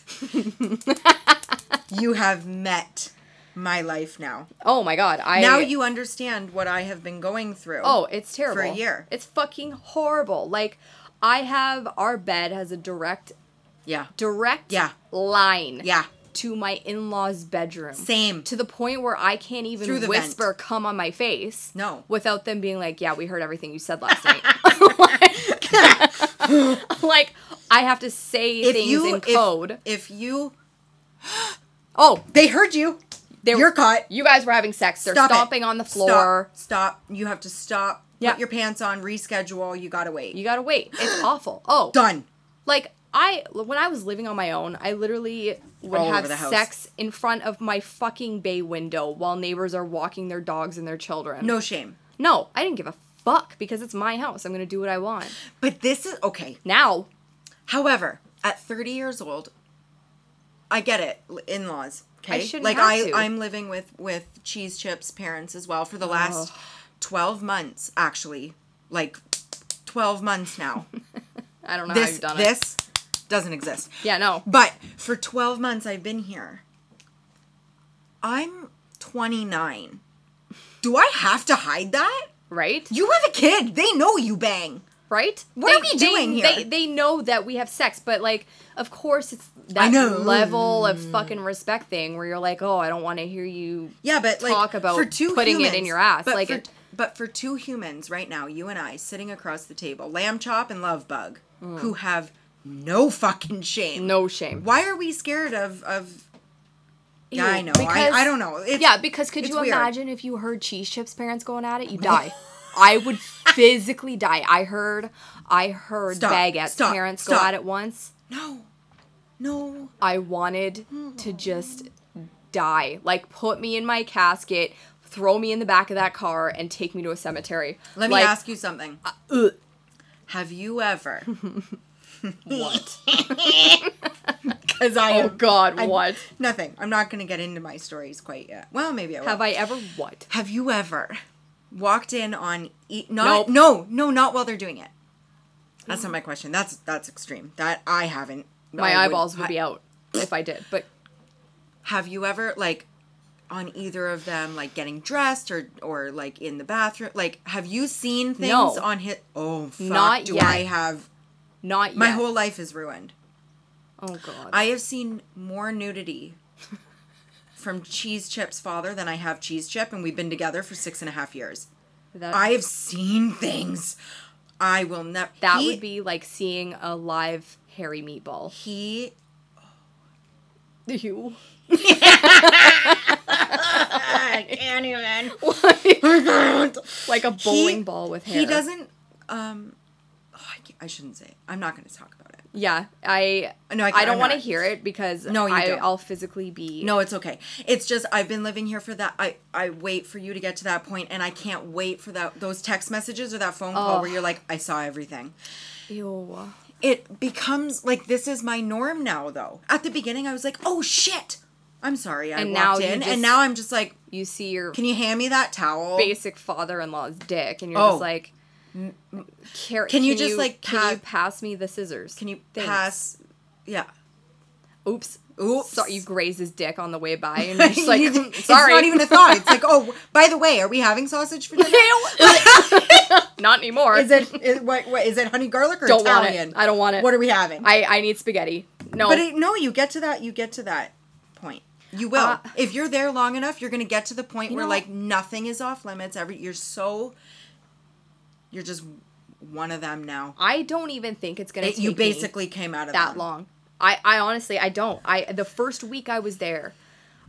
S2: you have met my life now.
S1: Oh my god! I
S2: now you understand what I have been going through.
S1: Oh, it's terrible.
S2: year.
S1: It's fucking horrible. Like I have our bed has a direct
S2: Yeah.
S1: direct
S2: Yeah.
S1: line
S2: Yeah.
S1: to my in-laws' bedroom.
S2: Same.
S1: To the point where I can't even
S2: Through the
S1: whisper come on my face.
S2: No.
S1: Without them being like, Yeah, we heard everything you said last night. like, like, I have to say
S2: If
S1: things
S2: you
S1: in code.
S2: If, if you
S1: oh,
S2: they heard you,
S1: they
S2: you're caught.
S1: You guys were having sex. They're
S2: Stop it.
S1: stomping on the
S2: Stop.
S1: floor.
S2: Stop. You have to stop.
S1: Yeah.
S2: Put your pants on. Reschedule. You gotta wait.
S1: You gotta wait. It's awful. Oh,
S2: Done.
S1: like I when I was living on my own, I literally would
S2: All
S1: have
S2: over the house.
S1: sex in front of my fucking bay window while neighbors are walking their dogs and their children.
S2: No shame.
S1: No, I didn't give a fuck because it's my house. I'm gonna do what I want.
S2: But this is okay.
S1: Now,
S2: However, at 30 years old, I get it. In laws. Okay.
S1: shouldn't
S2: like
S1: have
S2: I,
S1: to.
S2: I'm living with with cheese chips parents as well for the last 12 months actually. Like 12 months now.
S1: I don't know how
S2: this
S1: you've done it.
S2: this doesn't exist.
S1: Yeah, no.
S2: But for 12 months I've been here. I'm 29. Do I have to hide that?
S1: Right?
S2: You have a kid. They know you bang.
S1: Right?
S2: What are we doing
S1: they,
S2: here?
S1: They, they know that we have sex, but like, of course, it's that
S2: know.
S1: level of fucking respect thing where you're like, oh, I don't want to hear you.
S2: Yeah, but like
S1: Talk about
S2: for two
S1: putting it in
S2: humans,
S1: your ass,
S2: But
S1: like
S2: for,
S1: it-
S2: but for two humans right now, you and I sitting across the table, Lamb Chop and Love Bug, who have no fucking shame.
S1: Mm. No shame.
S2: Why are we scared of of? Yeah,
S1: Ew,
S2: I know.
S1: because-
S2: I, I don't know. It's,
S1: Yeah, because could
S2: it's
S1: you
S2: weird.
S1: imagine if you heard Cheese Chips parents going at it? You die. I would physically die. I heard, I heard
S2: Stop,
S1: Baguette's
S2: stop,
S1: parents go
S2: stop.
S1: at it once.
S2: No, no.
S1: I wanted to just die. Like, put me in my casket, throw me in the back of that car, and take me to a cemetery.
S2: Let me
S1: Like, uh,
S2: ask uh, you something. have you ever?
S1: What?
S2: Because I
S1: Oh,
S2: am-
S1: God,
S2: I'm-
S1: what?
S2: Nothing. I'm not going to get into my stories quite yet. Well, maybe I will.
S1: Have I ever what?
S2: Have you ever walked in on e-
S1: Nope.
S2: not no no not while they're doing it? That's not my question. That's that's extreme. That I haven't.
S1: My
S2: I would-
S1: eyeballs would
S2: I-
S1: be out if I did. But
S2: Have you ever like on either of them like getting dressed or or like in the bathroom? Like have you seen things
S1: No.
S2: on his? Oh fuck!
S1: Not
S2: do
S1: yet.
S2: I have?
S1: not yet.
S2: My whole life is ruined.
S1: Oh, God.
S2: I have seen more nudity from Cheese Chip's father than I have Cheese Chip, and we've been together for six and a half years.
S1: That,
S2: I have seen things. I will never.
S1: that would be like seeing a live hairy meatball.
S2: He.
S1: You.
S2: I can't even.
S1: like a bowling ball with hair.
S2: He doesn't. Um. Oh, I, can't- I shouldn't say. it. I'm not going to talk about it.
S1: Yeah, I.
S2: No, I
S1: I,
S2: can't-
S1: don't
S2: I'm
S1: want to
S2: not.
S1: hear it because
S2: No, you
S1: I,
S2: don't.
S1: I'll physically be.
S2: No, it's okay. It's just I've been living here for that. I I wait for you to get to that point, and I can't wait for that those text messages or that phone call
S1: Oh.
S2: where you're like, I saw everything.
S1: Ew.
S2: It becomes like this is my norm now. Though at the beginning, I was like, oh shit. I'm sorry. I
S1: And now
S2: walked
S1: you
S2: in,
S1: just-
S2: and now I'm just like,
S1: You see your
S2: can you hand me that towel?
S1: basic father-in-law's dick, and you're
S2: Oh.
S1: just like, Car-
S2: Can you just, like,
S1: can you
S2: pass-
S1: pass me the scissors?
S2: Can you
S1: Thanks.
S2: pass? Yeah.
S1: Oops.
S2: Oops.
S1: Sorry, you graze his dick on the way by, and you're just like,
S2: You-
S1: sorry.
S2: It's not even a thought. It's like, oh, by the way, are we having sausage for dinner?
S1: Not anymore.
S2: Is it is, what, what is it? Honey garlic or
S1: Don't want it.
S2: Italian?
S1: I don't want it.
S2: What are we having?
S1: I I need spaghetti. No.
S2: but it, no, you get to that. You get to that point. You will
S1: Uh,
S2: if you're there long enough. You're gonna get to the point where
S1: know-
S2: like nothing is off limits. Every you're so you're just one of them now.
S1: I don't even think it's gonna.
S2: It- you
S1: take me
S2: basically came out of
S1: that
S2: them.
S1: long. I, I honestly I don't. I the first week I was there,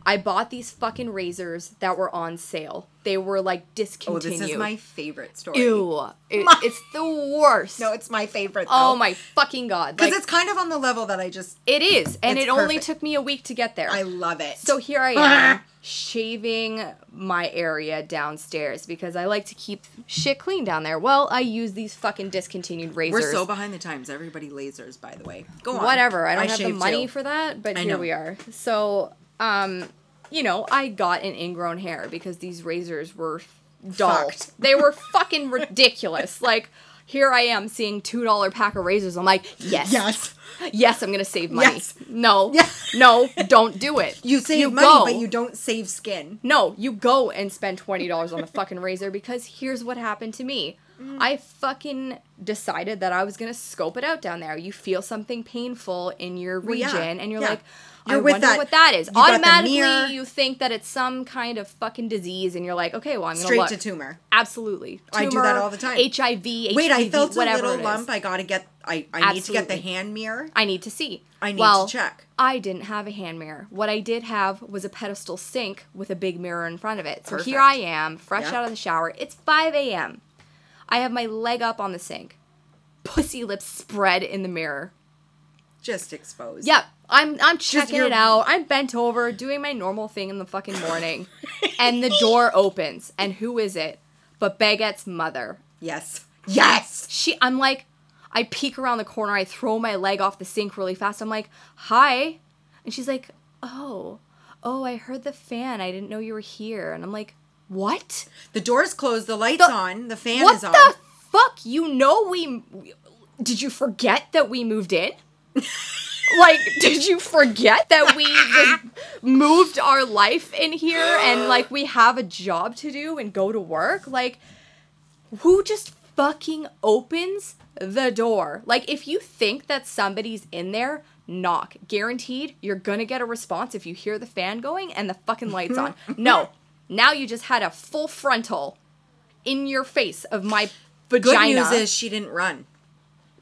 S1: I bought these fucking razors that were on sale. They were like
S2: Oh,
S1: discontinued.
S2: this is my favorite story.
S1: ew. It-
S2: My-
S1: it's the worst.
S2: No, it's my favorite.
S1: oh
S2: though.
S1: my fucking god.
S2: Because
S1: Like
S2: it's kind of on the level that I just
S1: it is, and
S2: it's
S1: it only
S2: perfect.
S1: took me a week to get there.
S2: I Ah. love it.
S1: so here I am shaving my area downstairs because I like to keep shit clean down there. Well, I use these fucking discontinued razors.
S2: We're so behind the times. Everybody lasers, by the way. Go on.
S1: whatever. I don't have the
S2: shave
S1: money
S2: too.
S1: for that, but
S2: I
S1: here
S2: know.
S1: we are. So, um, you know, I got an ingrown hair because these razors were dull.
S2: Fucked.
S1: They were fucking ridiculous. Like, here I am seeing two dollar pack of razors. I'm like, yes,
S2: Yes.
S1: yes, I'm gonna save money.
S2: Yes.
S1: No,
S2: Yeah.
S1: no, don't do it.
S2: You save money,
S1: go.
S2: but you don't save skin.
S1: No, you go and spend twenty dollars on the fucking razor because here's what happened to me.
S2: Mm.
S1: I fucking decided that I was gonna scope it out down there. You feel something painful in your
S2: yeah,
S1: region, and you're
S2: yeah.
S1: like, I
S2: You're with
S1: wonder
S2: that-
S1: what that is.
S2: you got the mirror.
S1: Automatically, you think that it's some kind of fucking disease, and you're like, okay, well, I'm gonna
S2: Straight
S1: look.
S2: to tumor.
S1: Absolutely,
S2: I do that
S1: Tumor,
S2: all the time.
S1: HIV,
S2: Wait, I
S1: HPV,
S2: felt a
S1: whatever
S2: little
S1: it is.
S2: lump. I gotta get. I, I need to get the
S1: Absolutely.
S2: hand mirror.
S1: I need to see.
S2: I need to
S1: well,
S2: check.
S1: I didn't have a hand mirror. What I did have was a pedestal sink with a big mirror in front of it. So here
S2: Perfect.
S1: I am, fresh
S2: Yep.
S1: out of the shower. It's 5 a.m. I have my leg up on the sink, pussy lips spread in the mirror.
S2: Just exposed.
S1: Yep, I'm I'm checking
S2: your-
S1: it out. I'm bent over, doing my normal thing in the fucking morning, and the door opens. And who is it? But Baguette's mother.
S2: Yes. Yes.
S1: She, I'm like, I peek around the corner. I throw my leg off the sink really fast. I'm like, hi. And she's like, oh, oh, I heard the fan. I didn't know you were here. And I'm like, what?
S2: The door's closed. The lights on. The fan
S1: What
S2: is on.
S1: the fuck? You know we. Did you forget that we moved in? like, did you forget that we just moved our life in here and like we have a job to do and go to work? Like, who just fucking opens the door? Like, if you think that somebody's in there, knock. Guaranteed, you're gonna get a response if you hear the fan going and the fucking lights on. No, now you just had a full frontal in your face of my
S2: Good
S1: vagina.
S2: news is she didn't run.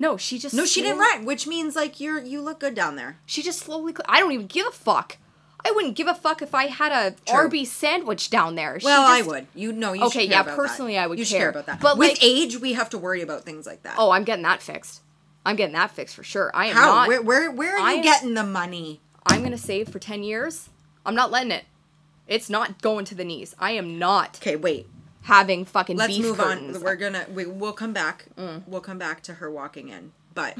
S1: no, she just
S2: No, she didn't
S1: slowly-
S2: run, which means like you're you look good down there.
S1: She just slowly. Cl- I don't even give a fuck. I wouldn't give a fuck if I had a
S2: True.
S1: Arby's sandwich down there. She
S2: Well, I
S1: just-
S2: would. You know, you
S1: Okay,
S2: should care
S1: yeah,
S2: about
S1: personally,
S2: that.
S1: I would
S2: you should care
S1: care.
S2: about that.
S1: But,
S2: with
S1: like-
S2: age, we have to worry about things like that.
S1: Oh, I'm getting that fixed. I'm getting that fixed for sure. I am
S2: how?
S1: not.
S2: where, where where are you
S1: I-
S2: getting the money?
S1: I'm gonna save for ten years. I'm not letting it. It's not going to the knees. I am not
S2: Okay, wait.
S1: having fucking
S2: Let's
S1: beef
S2: move
S1: curtains. Mm.
S2: on. We're gonna we, we'll come back. We'll come back to her walking in, but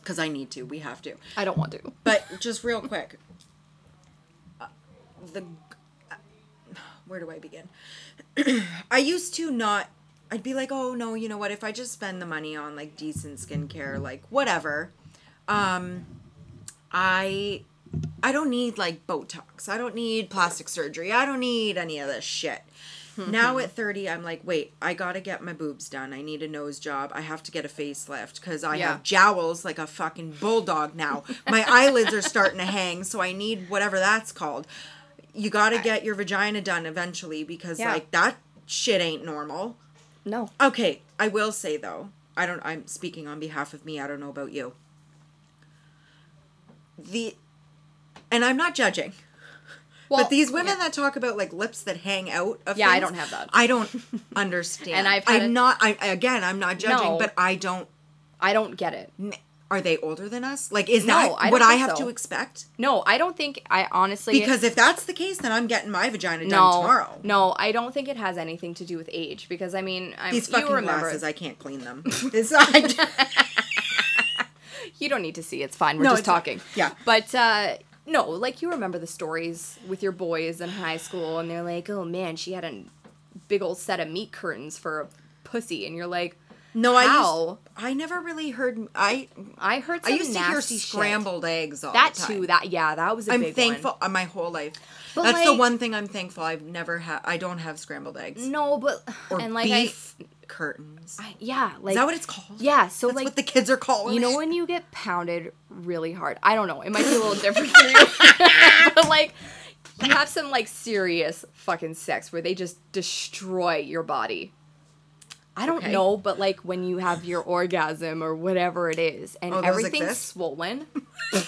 S2: because I need to, we have to.
S1: I don't want to.
S2: But just real quick, uh, the uh, where do I begin? I used to not. I'd be like, oh no, you know what? If I just spend the money on like decent skincare, like whatever, um, I I don't need like Botox. I don't need plastic surgery. I don't need any of this shit. now at 30, I'm like, wait, I gotta get my boobs done. I need a nose job. I have to get a facelift because I
S1: Yeah.
S2: have jowls like a fucking bulldog now. my eyelids are starting to hang, so I need whatever that's called. You gotta get your vagina done eventually because
S1: Yeah.
S2: like that shit ain't normal.
S1: No.
S2: Okay, I will say though, I don't I'm speaking on behalf of me, I don't know about you. The and I'm not judging.
S1: Well,
S2: but these women
S1: yeah.
S2: that talk about like lips that hang out of
S1: Yeah, I
S2: things,
S1: don't have that.
S2: I don't understand.
S1: And I've had
S2: I'm
S1: a-
S2: not I again, I'm not judging,
S1: No.
S2: but I don't
S1: I don't get it.
S2: are they older than us? Like is
S1: No,
S2: that
S1: I don't
S2: what I
S1: think
S2: have
S1: so.
S2: to expect?
S1: No, I don't think I honestly
S2: Because if that's the case, then I'm getting my vagina done
S1: no,
S2: tomorrow.
S1: No, I don't think it has anything to do with age because I mean, I'm,
S2: These
S1: you
S2: fucking
S1: remember
S2: glasses, I can't clean them. It's- I-
S1: you don't need to see. It's fine. We're
S2: No,
S1: just
S2: it's fine.
S1: talking.
S2: Yeah.
S1: But uh no, like you remember the stories with your boys in high school and they're like, "Oh man, she had a big old set of meat curtains for a pussy." And you're like,
S2: No,
S1: How?
S2: I used, I never really heard. I
S1: "I heard
S2: I
S1: some
S2: used to hear
S1: nasty shit."
S2: scrambled eggs all
S1: That
S2: the time.
S1: too. That yeah, that was a
S2: I'm
S1: big
S2: thankful
S1: one.
S2: uh, my whole life.
S1: But,
S2: That's the
S1: like-
S2: one thing I'm thankful. I've never had. I don't have scrambled eggs
S1: No, but
S2: or
S1: and like I-
S2: beef curtains.
S1: I, yeah, like
S2: Is that what it's called?
S1: Yeah, so
S2: That's
S1: like
S2: what the kids are calling.
S1: You know
S2: it.
S1: when you get pounded really hard? I don't know. It might be a little different for you. but like you have some like serious fucking sex where they just destroy your body. I don't
S2: Okay.
S1: know, but like when you have your orgasm or whatever it is and
S2: Oh, those
S1: everything's
S2: exist?
S1: swollen.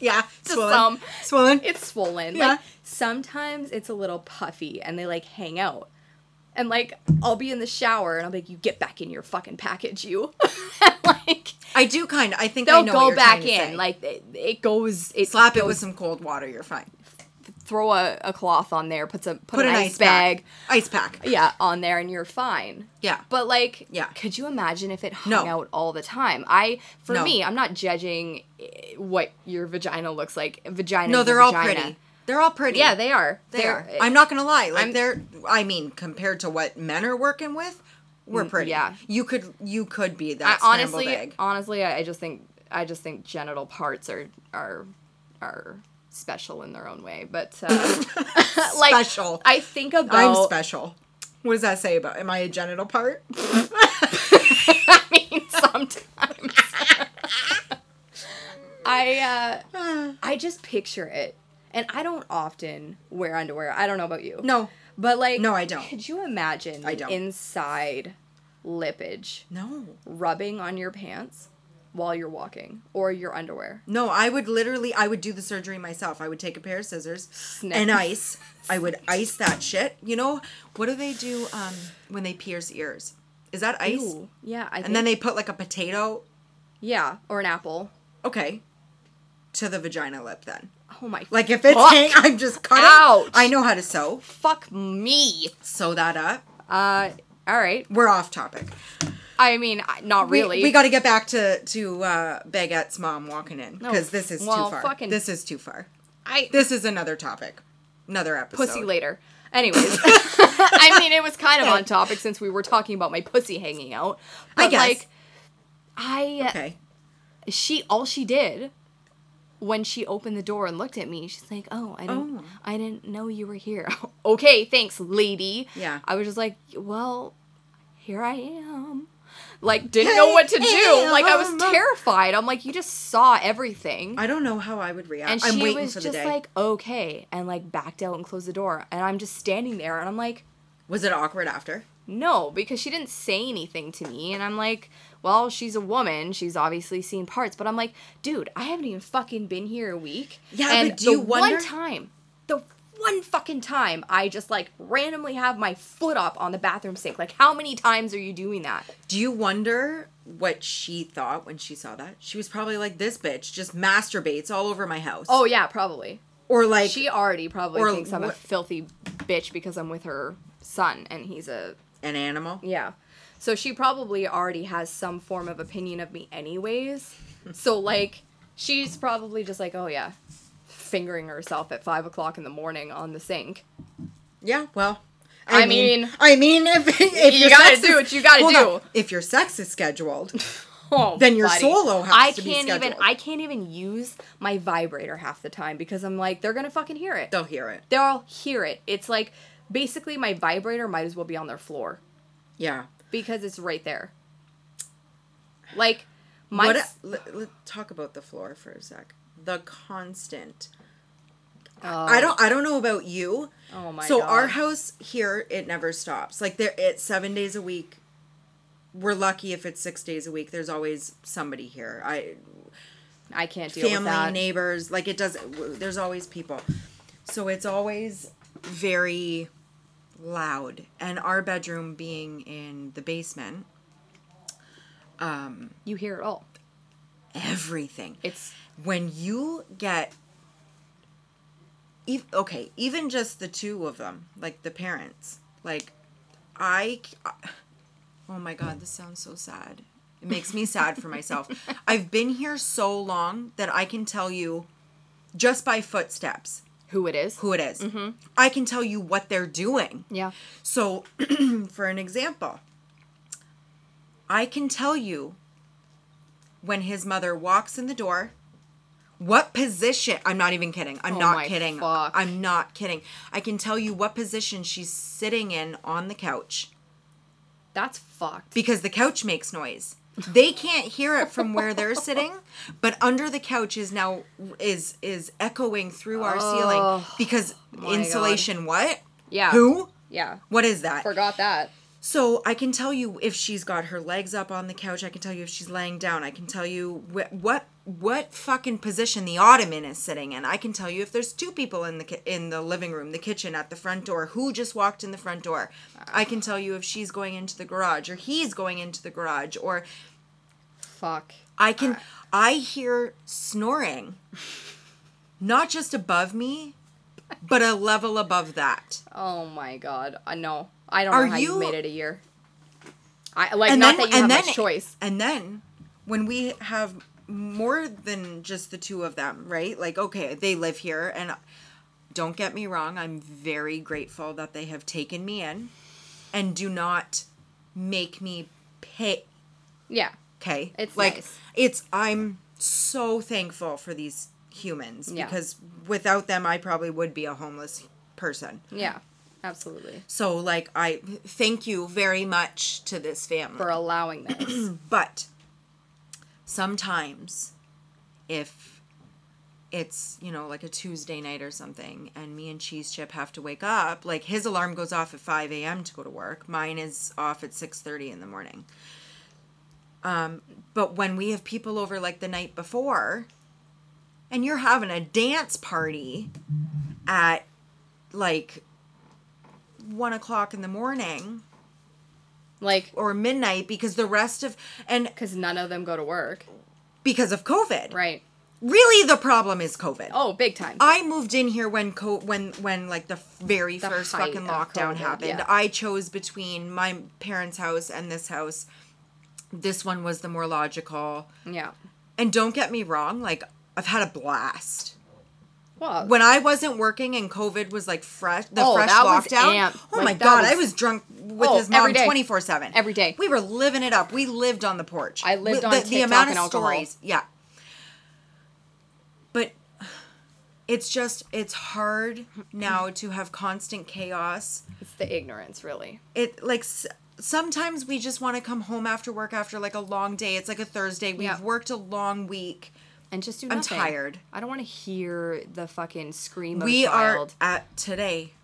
S2: Yeah, swollen.
S1: some-
S2: swollen.
S1: It's swollen.
S2: Yeah.
S1: Like sometimes it's a little puffy and they like hang out. And like I'll be in the shower and I'll be like, you get back in your fucking package, you like
S2: I do kind of. I think I
S1: they'll
S2: know
S1: go
S2: what you're
S1: back
S2: trying to
S1: in.
S2: say.
S1: Like it, it goes. It
S2: slap it
S1: goes-
S2: with some cold water. You're fine.
S1: Throw a, a cloth on there. Put some. Put,
S2: Put
S1: an, ice, bag.
S2: Pack. Ice pack.
S1: Yeah, on there, and you're fine.
S2: Yeah.
S1: But like,
S2: Yeah.
S1: Could you imagine if it hung
S2: No.
S1: out all the time? I, for
S2: No.
S1: me, I'm not judging eh, what your vagina looks like. Vagina.
S2: no,
S1: is a
S2: they're all
S1: vagina.
S2: pretty. They're all pretty.
S1: Yeah, they are.
S2: They
S1: They're- eh,
S2: are. I'm not gonna lie. Like
S1: I'm-
S2: they're. I mean, compared to what men are working with, we're pretty.
S1: Mm, yeah.
S2: You could. You could be
S1: I,
S2: that scrambled
S1: honestly,
S2: egg.
S1: honestly, I, I just think I just think genital parts are are are special in their own way. But uh, like,
S2: Special.
S1: I think about
S2: I'm special. What does that say about? Am I a genital part?
S1: I mean, sometimes. I uh, I just picture it, and I don't often wear underwear. I don't know about you.
S2: No.
S1: But like,
S2: No, I don't.
S1: Could you imagine
S2: I don't.
S1: inside lippage
S2: No.
S1: rubbing on your pants while you're walking or your underwear?
S2: No, I would literally, I would do the surgery myself. I would take a pair of scissors
S1: Snip.
S2: and ice. I would ice that shit. You know, what do they do um, when they pierce ears? Is that ice?
S1: Ooh, yeah, I think,
S2: And then they put like a potato,
S1: yeah, or an apple.
S2: okay, to the vagina lip then.
S1: Oh my,
S2: Like if it's
S1: Fuck.
S2: hang, I'm just cutting.
S1: Ouch.
S2: I know how to sew.
S1: fuck me.
S2: Sew that up.
S1: Uh, all right.
S2: We're off topic.
S1: I mean, I- not
S2: We-
S1: really.
S2: We, got to get back to to uh, Baguette's mom walking in
S1: No,
S2: because this is
S1: well,
S2: too far.
S1: fucking-
S2: This is too far.
S1: I
S2: This is another topic, another episode.
S1: pussy later. Anyways, I mean, it was kind of on topic since we were talking about my pussy hanging out. But
S2: I guess.
S1: like, I
S2: Okay.
S1: she all she did when she opened the door and looked at me, she's like, "Oh, I didn't,
S2: Oh.
S1: I didn't know you were here." okay, thanks, lady.
S2: Yeah.
S1: I was just like, "Well, here I am." Like, didn't know what to do.
S2: Hey,
S1: Like, I was
S2: um,
S1: terrified. I'm like, "You just saw everything."
S2: I don't know how I would react.
S1: and
S2: I'm
S1: she
S2: waiting
S1: was
S2: for the
S1: just
S2: day.
S1: like okay and like backed out and closed the door and i'm just standing there and i'm like
S2: was it awkward after?
S1: no because she didn't say anything to me and i'm like well she's a woman she's obviously seen parts but i'm like dude i haven't even fucking been here a week
S2: Yeah,
S1: and
S2: but do you
S1: the
S2: wonder-
S1: one time the one fucking time i just like randomly have my foot up on the bathroom sink like how many times are you doing that
S2: Do you wonder what she thought when she saw that? She was probably like, "This bitch just masturbates all over my house."
S1: oh yeah probably
S2: or like
S1: she already probably
S2: Or
S1: thinks i'm a
S2: what-
S1: filthy bitch because i'm with her son and he's a
S2: an animal.
S1: Yeah. So she probably already has some form of opinion of me anyways. so like she's probably just like, Oh yeah, fingering herself at five o'clock in the morning on the sink.
S2: Yeah, well,
S1: I mean-
S2: I mean, if, if
S1: You
S2: your
S1: gotta
S2: sex
S1: do what you gotta
S2: Hold
S1: do.
S2: on. If your sex is scheduled,
S1: Oh,
S2: Then your solo has
S1: I
S2: to be
S1: can't even
S2: scheduled.
S1: I can't even use my vibrator half the time because I'm like, they're gonna fucking hear it.
S2: they'll hear it.
S1: They'll hear it. It's like basically my vibrator might as well be on their floor.
S2: Yeah.
S1: Because it's right there. Like my
S2: what? e,
S1: s-
S2: let, us talk about the floor for a sec. The constant.
S1: Oh.
S2: I don't. I don't know about you.
S1: Oh my
S2: So our
S1: God.
S2: house here, it never stops. Like there, it's seven days a week. We're lucky if it's six days a week. There's always somebody here. I
S1: I can't deal with
S2: family,
S1: that.
S2: neighbors. Like it does. w- There's always people, so it's always very loud. And our bedroom being in the basement,
S1: you hear it all.
S2: everything.
S1: It's
S2: when you get ev- okay even just the two of them like the parents like i c- oh my god this sounds so sad it makes me sad for myself i've been here so long that i can tell you just by footsteps
S1: who it is.
S2: who it is.
S1: Mm-hmm.
S2: i can tell you what they're doing
S1: Yeah.
S2: so, for an example, I can tell you when his mother walks in the door, what position. I'm not even kidding. I'm
S1: Oh
S2: not
S1: my
S2: kidding.
S1: fuck.
S2: I'm not kidding. I can tell you what position she's sitting in on the couch
S1: That's fucked.
S2: because the couch makes noise. They can't hear it from where they're sitting, but under the couch is now is is echoing through our ceiling
S1: Oh,
S2: because
S1: God.
S2: insulation what?
S1: yeah.
S2: Who?
S1: Yeah.
S2: What is that?
S1: Forgot that.
S2: So I can tell you if she's got her legs up on the couch. I can tell you if she's laying down. I can tell you wh- what what fucking position the ottoman is sitting in. I can tell you if there's two people in the ki- in the living room, the kitchen, at the front door, who just walked in the front door. I can tell you if she's going into the garage or he's going into the garage or
S1: Fuck.
S2: I can I hear snoring. Not just above me, but a level above that.
S1: Oh my god. I know. I don't
S2: Are
S1: know how you
S2: you-
S1: made it a year. I like not that you have much choice.
S2: And then when we have more than just the two of them, right? Like, okay, they live here, and don't get me wrong, I'm very grateful that they have taken me in and do not make me pay.
S1: Yeah.
S2: Okay,
S1: It's
S2: like
S1: nice.
S2: it's. I'm so thankful for these humans
S1: Yeah.
S2: because without them, I probably would be a homeless person
S1: Yeah. Absolutely.
S2: So, like, I thank you very much to this family.
S1: For allowing this.
S2: But sometimes, if it's, you know, like a Tuesday night or something, and me and Cheese Chip have to wake up, like, his alarm goes off at 5 a.m. to go to work. Mine is off at 6.30 in the morning. Um, but when we have people over, like, the night before, and you're having a dance party at, like, one o'clock in the morning
S1: like,
S2: or midnight because the rest of and
S1: because none of them go to work.
S2: because of COVID.
S1: Right.
S2: Really, the problem is COVID.
S1: Oh, big time.
S2: I moved in here when co- when when like the f- very
S1: The
S2: first
S1: height
S2: fucking
S1: of
S2: lockdown
S1: COVID,
S2: happened.
S1: yeah.
S2: I chose between my parents' house and this house. This one was the more logical.
S1: yeah.
S2: And don't get me wrong, like I've had a blast.
S1: Well,
S2: When I wasn't working and COVID was like fresh, the
S1: Oh,
S2: fresh
S1: that was
S2: lockdown.
S1: amp.
S2: Oh
S1: Like,
S2: my
S1: that
S2: god, I
S1: was-
S2: was drunk with
S1: Oh,
S2: his mom
S1: every day.
S2: twenty four seven
S1: Every day.
S2: We were living it up. We lived on the porch.
S1: I lived
S2: We-
S1: on TikTok and alcohol.
S2: Yeah, but it's just it's hard
S1: Mm-hmm.
S2: now to have constant chaos.
S1: it's the ignorance, really.
S2: It like. S- Sometimes we just want to come home after work after like a long day. It's like a Thursday. We've
S1: Yeah.
S2: worked a long week.
S1: And just do
S2: I'm
S1: nothing.
S2: tired.
S1: I don't want to hear the fucking scream of
S2: we
S1: a child
S2: are at today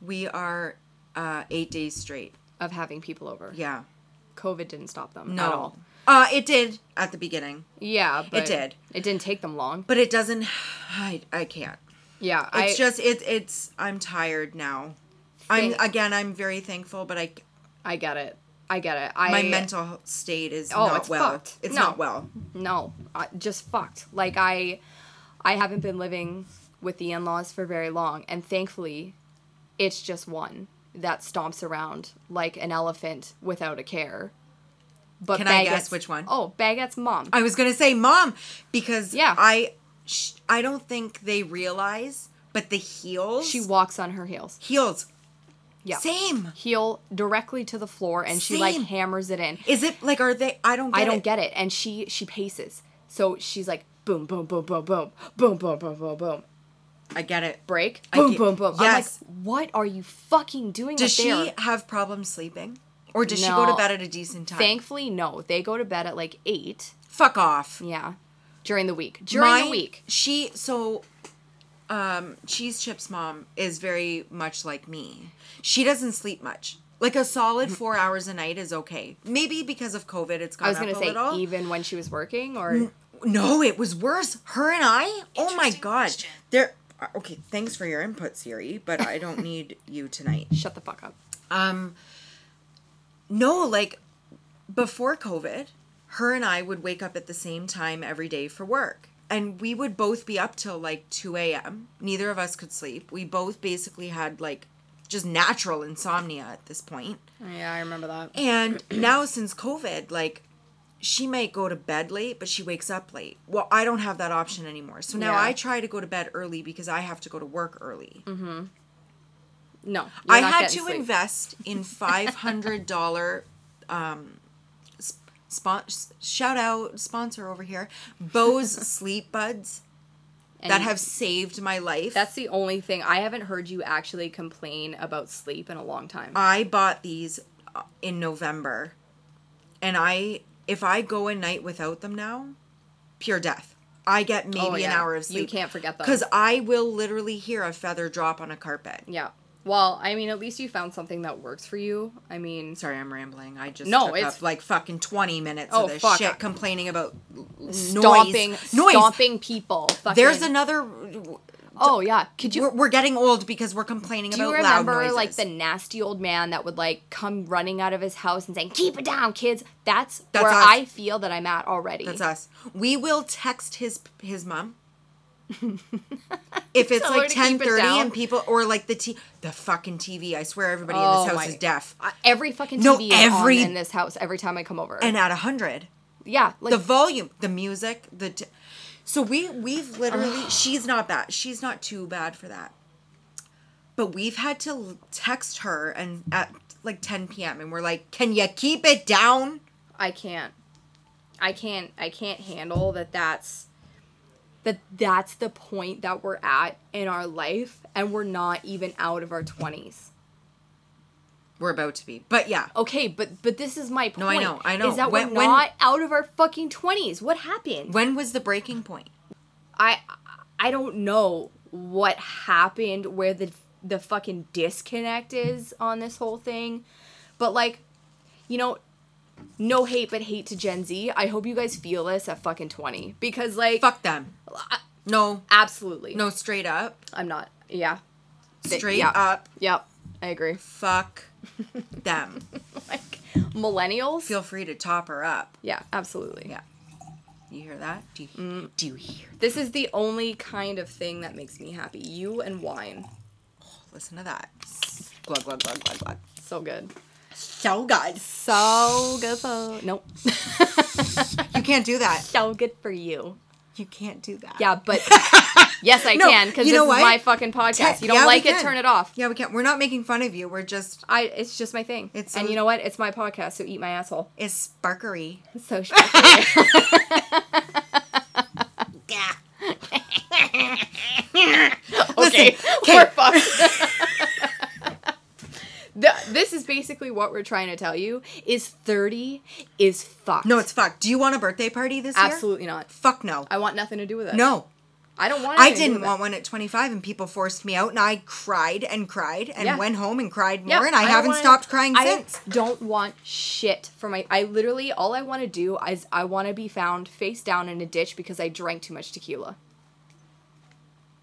S2: we are uh eight days straight
S1: of having people over.
S2: yeah
S1: COVID didn't stop them
S2: no
S1: at all.
S2: uh it did at the beginning
S1: Yeah, but
S2: did.
S1: It didn't take them long.
S2: but it doesn't i i can't
S1: Yeah, I
S2: it's just it it's i'm tired now
S1: Thank-
S2: i'm again i'm very thankful but i
S1: I get it. I get it. I
S2: my mental state is
S1: Oh,
S2: not
S1: it's
S2: well
S1: fucked.
S2: it's
S1: No.
S2: not well
S1: no, I, just fucked. Like I, I haven't been living with the in-laws for very long, and thankfully, it's just one that stomps around like an elephant without a care. But
S2: Can I guess
S1: Baguette's-
S2: which one?
S1: Oh, Baguette's mom.
S2: I was gonna say mom because
S1: Yeah.
S2: I sh- I don't think they realize, but the heels
S1: she walks on her heels.
S2: heels
S1: Yeah.
S2: same.
S1: Heel directly to the floor, and she like
S2: Same.
S1: hammers it in.
S2: Is it like are they? I don't. Get
S1: I don't
S2: it.
S1: get it. And she she paces, so she's like boom, boom, boom, boom, boom, boom, boom, boom, boom, boom.
S2: I get it.
S1: break.
S2: I
S1: Boom,
S2: get-
S1: boom, boom.
S2: Yes.
S1: I'm like, what are you fucking doing?
S2: Does
S1: up
S2: she uh,
S1: there?
S2: have problems sleeping? Or does she go to
S1: No.
S2: bed at a decent time?
S1: Thankfully, no. They go to bed at like eight.
S2: Fuck off.
S1: Yeah, during the week. During
S2: My-
S1: the week.
S2: She so um Cheese Chip's mom is very much like me. She doesn't sleep much. Like a solid four hours a night is okay. Maybe because of COVID it's gone
S1: Mm. I was
S2: up
S1: gonna
S2: a
S1: say
S2: little. Mm.
S1: even when she was working, or
S2: no, it was worse. Her and I. Oh my
S3: Interesting
S2: god.
S3: question.
S2: There. uh,
S4: Okay, thanks for your input, Siri, but I don't need you tonight.
S1: shut the fuck up.
S2: Um. No, like before COVID, her and I would wake up at the same time every day for work. And we would both be up till like 2 a.m. Neither of us could sleep. We both basically had like just natural insomnia at this point.
S1: Yeah, I remember that.
S2: And now since COVID, like she might go to bed late, but she wakes up late. Well, I don't have that option anymore. So now
S1: Yeah.
S2: I try to go to bed early because I have to go to work early.
S1: No, you're
S2: I
S1: not
S2: had
S1: getting
S2: to
S1: sleep.
S2: invest in five hundred dollar um spon- shout out sponsor over here Bose sleep buds
S1: And
S2: that have saved my life.
S1: That's the only thing I haven't heard you actually complain about sleep in a long time.
S2: I bought these uh, in November, and I if I go a night without them now, pure death. I get maybe an
S1: Oh, yeah.
S2: hour of
S1: You
S2: sleep.
S1: can't forget them.
S2: because I will literally hear a feather drop on a carpet.
S1: yeah. Well, I mean, at least you found something that works for you. I mean,
S2: Sorry, I'm rambling. I just
S1: No,
S2: took
S1: it's-
S2: up like fucking twenty minutes
S1: Oh,
S2: of this
S1: fuck.
S2: shit complaining about noise.
S1: stomping,
S2: noise.
S1: stomping people.
S2: There's
S1: fucking-
S2: another.
S1: Oh yeah, could you
S2: We're, we're getting old because we're complaining
S1: Do
S2: about
S1: you
S2: loud
S1: remember
S2: noises.
S1: like the nasty old man that would like come running out of his house and saying, "Keep it down, kids." That's,
S2: That's
S1: where
S2: us.
S1: I feel that I'm at already.
S2: That's us. We will text his his mom. if it's
S1: Tell her
S2: like
S1: to keep it
S2: ten thirty
S1: down.
S2: and people or like the t- the fucking TV. I swear everybody
S1: Oh
S2: in this house
S1: my-
S2: is deaf.
S1: I- Every fucking TV
S2: No,
S1: is
S2: every-
S1: on in this house every time I come over.
S2: And at a hundred,
S1: yeah, like
S2: the volume, the music, the. T- so we we've literally she's not bad. She's not too bad for that. But we've had to l- text her and at like 10 p.m. and we're like, "Can you keep it down?"
S1: I can't. I can't I can't handle that that's that that's the point that we're at in our life and we're not even out of our 20s.
S2: We're about to be. But yeah.
S1: Okay, but but this is my point.
S2: No, I know, I know.
S1: Is that
S2: When-
S1: we're
S2: when-
S1: not out of our fucking 20s. What happened?
S2: When was the breaking point?
S1: I I don't know what happened where the the fucking disconnect is on this whole thing. But like, you know, no hate but hate to Gen Z. I hope you guys feel this at fucking 20 because like
S2: Fuck them. No.
S1: absolutely.
S2: No, straight up.
S1: I'm not. Yeah. Th-
S2: Straight
S1: yeah.
S2: up.
S1: Yep. I agree.
S2: Fuck them.
S1: Like millennials?
S2: Feel free to top her up.
S1: yeah, absolutely.
S2: Yeah. You hear that? Do you, do you hear?
S1: This is the only kind of thing that makes me happy. You and wine.
S2: Listen to that. Glug, glug, glug, glug, glug.
S1: So good.
S5: So good.
S1: So good for Nope.
S2: You can't do that.
S1: so good for you.
S2: You can't do that.
S1: Yeah, but yes, I
S2: No,
S1: can because
S2: you
S1: this
S2: know
S1: is
S2: what?
S1: my fucking podcast.
S2: Te-
S1: you don't
S2: yeah, we
S1: like it,
S2: can.
S1: turn it off.
S2: Yeah, we can't. We're not making fun of you. We're just,
S1: I. It's just my thing.
S2: It's
S1: and
S2: a-
S1: you know what? It's my podcast, so eat my asshole.
S2: it's sparkery.
S1: It's so spectacular.
S2: Yeah.
S1: okay,
S2: okay.
S1: we're fucked. Th- this is basically what we're trying to tell you: is thirty is fucked.
S2: No, it's fuck. Do you want a birthday party this year?
S1: absolutely not.
S2: Fuck no.
S1: I want nothing to do with it.
S2: No.
S1: I don't want.
S2: I
S1: anything to do
S2: didn't
S1: with it.
S2: want one at 25 and people forced me out and I cried and cried and
S1: Yeah.
S2: went home and cried more
S1: Yeah,
S2: and I,
S1: don't
S2: haven't
S1: wanna-
S2: stopped crying
S1: I
S2: since.
S1: Don't want shit for my. I literally all I want to do is I want to be found face down in a ditch because I drank too much tequila.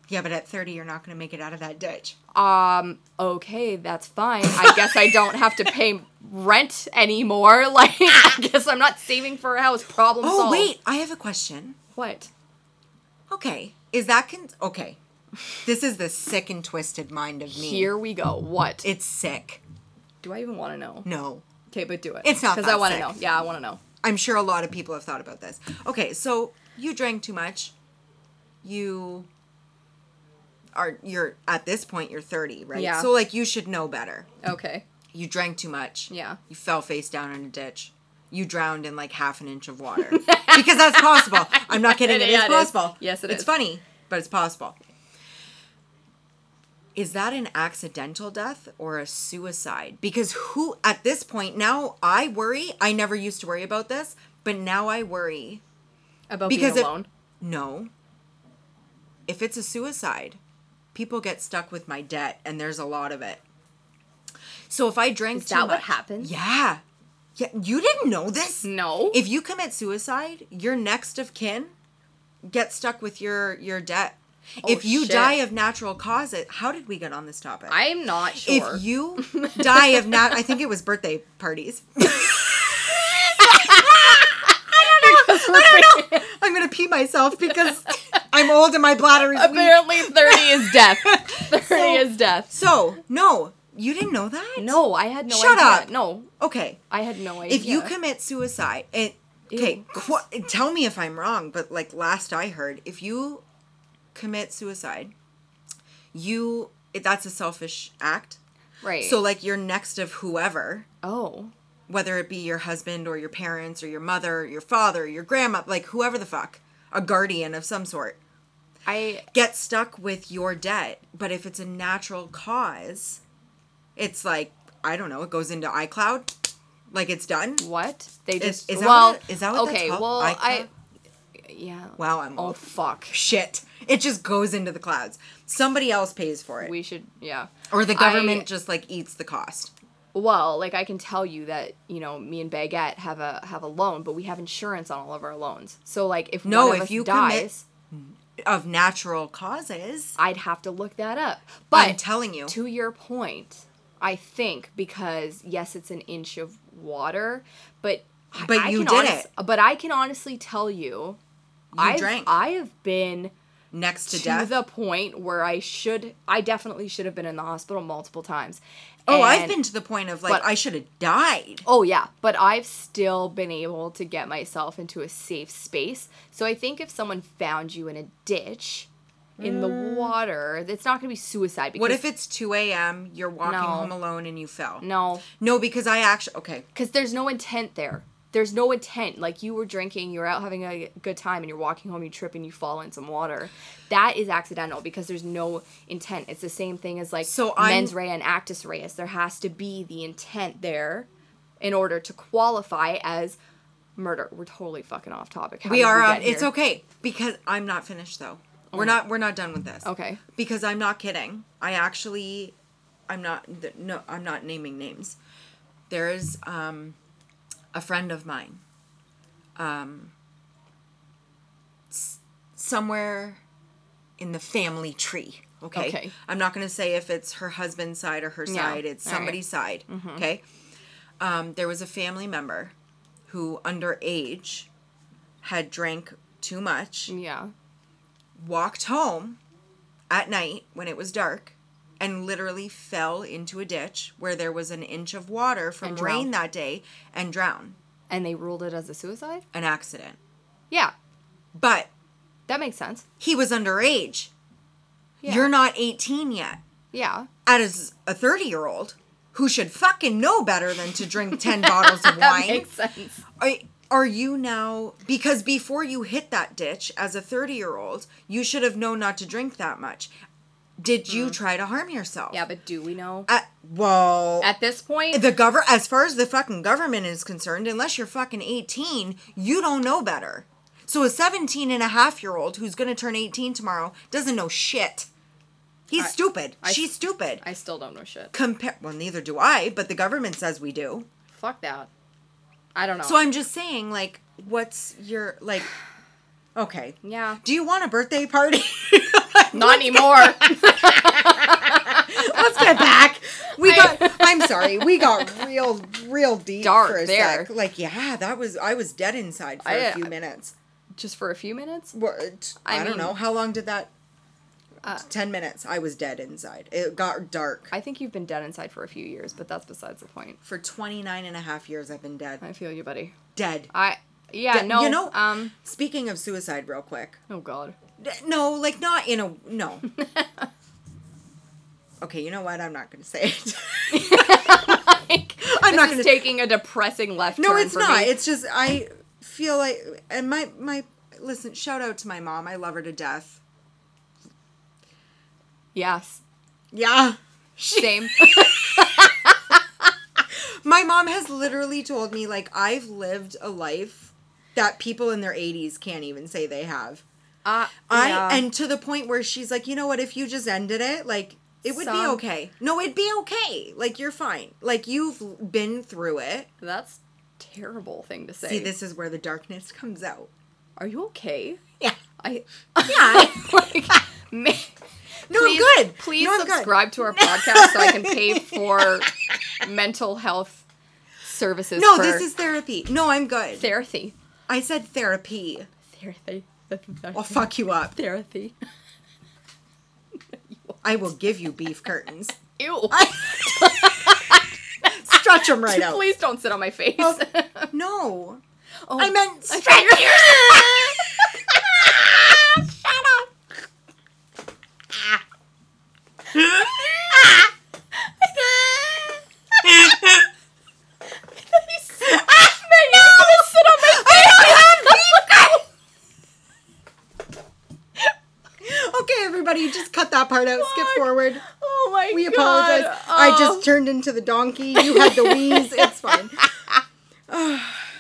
S2: Yeah, but at 30 you're not going to make it out of that ditch.
S1: Um. Okay, that's fine. I guess I don't have to pay rent anymore. Like, I guess I'm not saving for a house. Problem
S2: Ah! Oh,
S1: solved.
S2: wait, I have a question.
S1: What?
S2: Okay. Is that con- okay. This is the sick and twisted mind of me.
S1: Here we go. What?
S2: It's sick.
S1: do I even want to know?
S2: No.
S1: Okay, but do it.
S2: It's not
S1: because
S2: that
S1: I want to
S2: sick.
S1: know. Yeah, I want to know.
S2: I'm sure a lot of people have thought about this. Okay, so you drank too much. You are you're at this point you're 30, right?
S1: Yeah.
S2: So like you should know better.
S1: Okay.
S2: You drank too much.
S1: Yeah.
S2: You fell face down in a ditch. You drowned in like half an inch of water. because that's possible. I'm not kidding. It is
S1: Yeah, it is.
S2: possible.
S1: Yes, it
S2: it's
S1: is.
S2: funny, but it's possible. Is that an accidental death or a suicide? Because who, at this point, now I worry. I never used to worry about this, but now I worry.
S1: About
S2: Because
S1: being
S2: if-
S1: alone.
S2: No. If it's a suicide, people get stuck with my debt, and there's a lot of it. So if I drank
S1: Is
S2: too
S1: that what
S2: much-
S1: happened?
S2: Yeah. Yeah, you didn't know this?
S1: No.
S2: If you commit suicide, your next of kin get stuck with your your debt. if you
S1: Oh, shit.
S2: die of natural causes, how did we get on this topic?
S1: I'm not sure.
S2: If you die of nat, I think it was birthday parties.
S1: I don't know.
S2: I'm gonna pee myself because I'm old and my bladder is weak.
S1: Apparently, 30 is death. 30 is death.
S2: So no, you didn't know that.
S1: No, I had no
S2: Shut
S1: idea.
S2: up.
S1: No,
S2: Okay.
S1: I had no idea.
S2: If you commit suicide, it okay.
S1: Ew.
S2: Qu- tell me if I'm wrong, but like last I heard, if you commit suicide, you it, that's a selfish act.
S1: Right.
S2: So like your next of whoever,
S1: oh.
S2: whether it be your husband or your parents or your mother, or your father, your grandma, like whoever the fuck, a guardian of some sort,
S1: I.
S2: get stuck with your debt. But if it's a natural cause, it's like I don't know, it goes into iCloud, like it's done.
S1: What? They just.
S2: is that
S1: well,
S2: what it- is that what that's
S1: Okay,
S2: called?
S1: well, I.
S2: Icon?
S1: Yeah.
S2: Wow, I'm
S1: Oh,
S2: old.
S1: fuck.
S2: Shit. It just goes into the clouds. Somebody else pays for it.
S1: We should. Yeah.
S2: or the
S1: I-
S2: government just like eats the cost.
S1: Well, like I can tell you that you know me and Baguette have a have a loan, but we have insurance on all of our loans. So like if
S2: No,
S1: one of
S2: if
S1: us
S2: you commit-
S1: dies,
S2: Of natural causes.
S1: I'd have to look that up. But
S2: I'm telling you.
S1: to your point, I think because yes, it's an inch of water, but I-
S2: But
S1: I
S2: you
S1: can
S2: did
S1: honest-
S2: it.
S1: But I can honestly tell you, I
S2: drank.
S1: I have been
S2: next to,
S1: to
S2: death.
S1: the point where I should, I definitely should have been in the hospital multiple times.
S2: oh, I've
S1: And-
S2: been to the point of like
S1: but-
S2: I should have died.
S1: Oh yeah, but I've still been able to get myself into a safe space. So I think if someone found you in a ditch in the water, it's not going to be suicide because
S2: Mm. What if it's 2 a.m., you're walking
S1: No.
S2: home alone and you fell?
S1: no,
S2: No, because I actually, okay.
S1: cuz there's no intent there. there's no intent. Like you were drinking, you're out having a good time, and you're walking home, you trip and you fall in some water. That is accidental because there's no intent. It's the same thing as like
S2: So I'm-
S1: mens rea and actus reus. There has to be the intent there in order to qualify as murder. We're totally fucking off topic. How
S2: we
S1: did
S2: are
S1: get
S2: on. It's
S1: here?
S2: okay because I'm not finished though. We're not. We're not done with this.
S1: Okay.
S2: Because I'm not kidding. I actually, I'm not. th- No, I'm not naming names. There is um, a friend of mine. Um. s- Somewhere, in the family tree. Okay.
S1: Okay.
S2: I'm not gonna say if it's her husband's side or her side. It's
S1: All right. Mm-hmm.
S2: somebody's side. Okay. Um, there was a family member who underage had drank too much,
S1: Yeah.
S2: walked home at night when it was dark, and literally fell into a ditch where there was an inch of water from
S1: And
S2: rain
S1: drowned.
S2: that day and drowned.
S1: And they ruled it as a suicide?
S2: An accident.
S1: Yeah.
S2: But
S1: That makes sense.
S2: he was underage.
S1: Yeah.
S2: You're not 18 yet.
S1: Yeah.
S2: As a 30 year old who should fucking know better than to drink 10 bottles of
S1: That
S2: wine.
S1: makes sense.
S2: Are, are you now because before you hit that ditch as a 30 year old you should have known not to drink that much did
S1: Mm.
S2: you try to harm yourself
S1: Yeah, but do we know?
S2: Uh, well
S1: At this point,
S2: the govern as far as the fucking government is concerned unless you're fucking 18 you don't know better so a 17 and a half year old who's going to turn 18 tomorrow doesn't know shit he's stupid she's stupid
S1: I still don't know shit.
S2: compare well neither do i but the government says we do
S1: Fuck that. I don't know.
S2: so I'm just saying, like, what's your like? Okay.
S1: yeah.
S2: Do you want a birthday party?
S1: Not anymore.
S2: Let's get back. We got. I'm sorry. We got real, real deep
S1: Dark
S2: for a
S1: there.
S2: sec. Like, yeah, that was. I was dead inside for a
S1: I-
S2: few minutes.
S1: Just for a few minutes?
S2: What? I,
S1: I
S2: don't
S1: mean- uh,
S2: know how long did that. Ten minutes. I was dead inside. It got dark.
S1: I think you've been dead inside for a few years, but that's besides the point.
S2: for 29 and a half years, I've been dead.
S1: I feel you, buddy.
S2: Dead.
S1: I yeah,
S2: Dead.
S1: no.
S2: You know.
S1: um
S2: Speaking of suicide, real quick.
S1: oh god.
S2: D- No, like not in a no. okay, you know what? I'm not gonna say it.
S1: like, this
S2: I'm not
S1: is
S2: gonna-
S1: taking a depressing left
S2: no,
S1: turn
S2: it's
S1: for
S2: not.
S1: me.
S2: It's just I feel like and my my listen. Shout out to my mom. I love her to death.
S1: Yes.
S2: Yeah. She,
S1: Same.
S2: my mom has literally told me like I've lived a life that people in their 80s can't even say they have.
S1: uh,
S2: I
S1: yeah.
S2: and to the point where she's like, you know what? If you just ended it, like it would be
S1: Some-
S2: okay. No, it'd be okay. Like you're fine. Like you've been through it.
S1: that's terrible thing to say.
S2: See, this is where the darkness comes out.
S1: Are you okay?
S2: Yeah.
S1: I
S2: Yeah.
S1: like man,
S2: No, I'm
S1: please,
S2: good.
S1: Please
S2: No, I'm good.
S1: subscribe to our podcast so I can pay for mental health services.
S2: No,
S1: for
S2: this is therapy. No, I'm good.
S1: therapy.
S2: I said therapy.
S1: Therapy.
S2: I'll Oh, fuck you up.
S1: Therapy.
S2: I will give you beef curtains.
S1: Ew.
S2: Stretch them right out.
S1: Please don't sit on my face.
S2: Oh. No.
S1: Oh,
S2: I meant
S1: I-
S2: stretch. Shut up. Okay, everybody, just cut that part out. Skip
S1: Fuck.
S2: forward.
S1: Oh my
S2: We
S1: god. Oh,
S2: apologize. I just turned into the donkey. You had the wheeze. It's fine.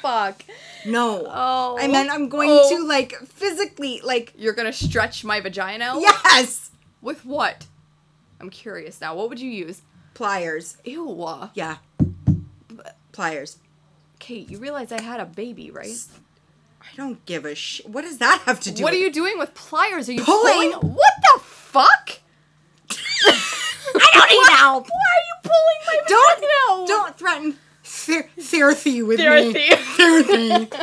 S1: fuck.
S2: No.
S1: Oh.
S2: I meant I'm going
S1: Oh.
S2: to like physically like
S1: You're gonna stretch my vagina out?
S2: yes
S1: With what? I'm curious now. What would you use?
S2: pliers.
S1: Ew. uh,
S2: Yeah. Pliers.
S1: Kate, you realize I had a baby, right?
S2: I don't give a sh. What does that have to do?
S1: What are
S2: with-
S1: you doing with pliers? Are you
S2: Pulling.
S1: pulling? What the fuck?
S2: I don't need help.
S1: Why are you pulling my
S2: Don't
S1: vagina out?
S2: don't threaten ther- therapy with me.
S1: Dorothy.
S2: Therapy.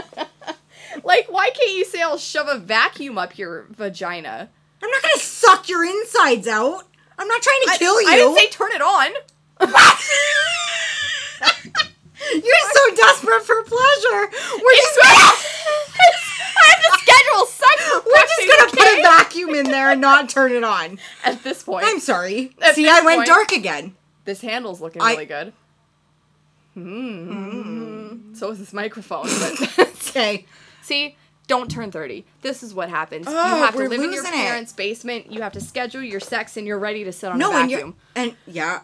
S1: like, why can't you say I'll shove a vacuum up your vagina?
S2: I'm not gonna suck your insides out. I'm not trying to kill you.
S1: I didn't say turn it on.
S2: You're so desperate for pleasure. We're just
S1: I have to schedule sex.
S2: we're just gonna
S1: practice,
S2: put a vacuum in there and not turn it on.
S1: At this point,
S2: I'm sorry.
S1: At
S2: See,
S1: this
S2: I went
S1: point-
S2: dark again.
S1: this handle's looking
S2: I-
S1: really good. Hmm. So is this microphone. But
S6: Okay.
S1: see, don't turn 30. This is what happens. you
S2: Oh,
S1: have to
S2: we're
S1: live in your
S2: losing it.
S1: parents' basement. You have to schedule your sex, and you're ready to sit on
S2: No,
S1: a
S2: and
S1: vacuum.
S2: you and yeah,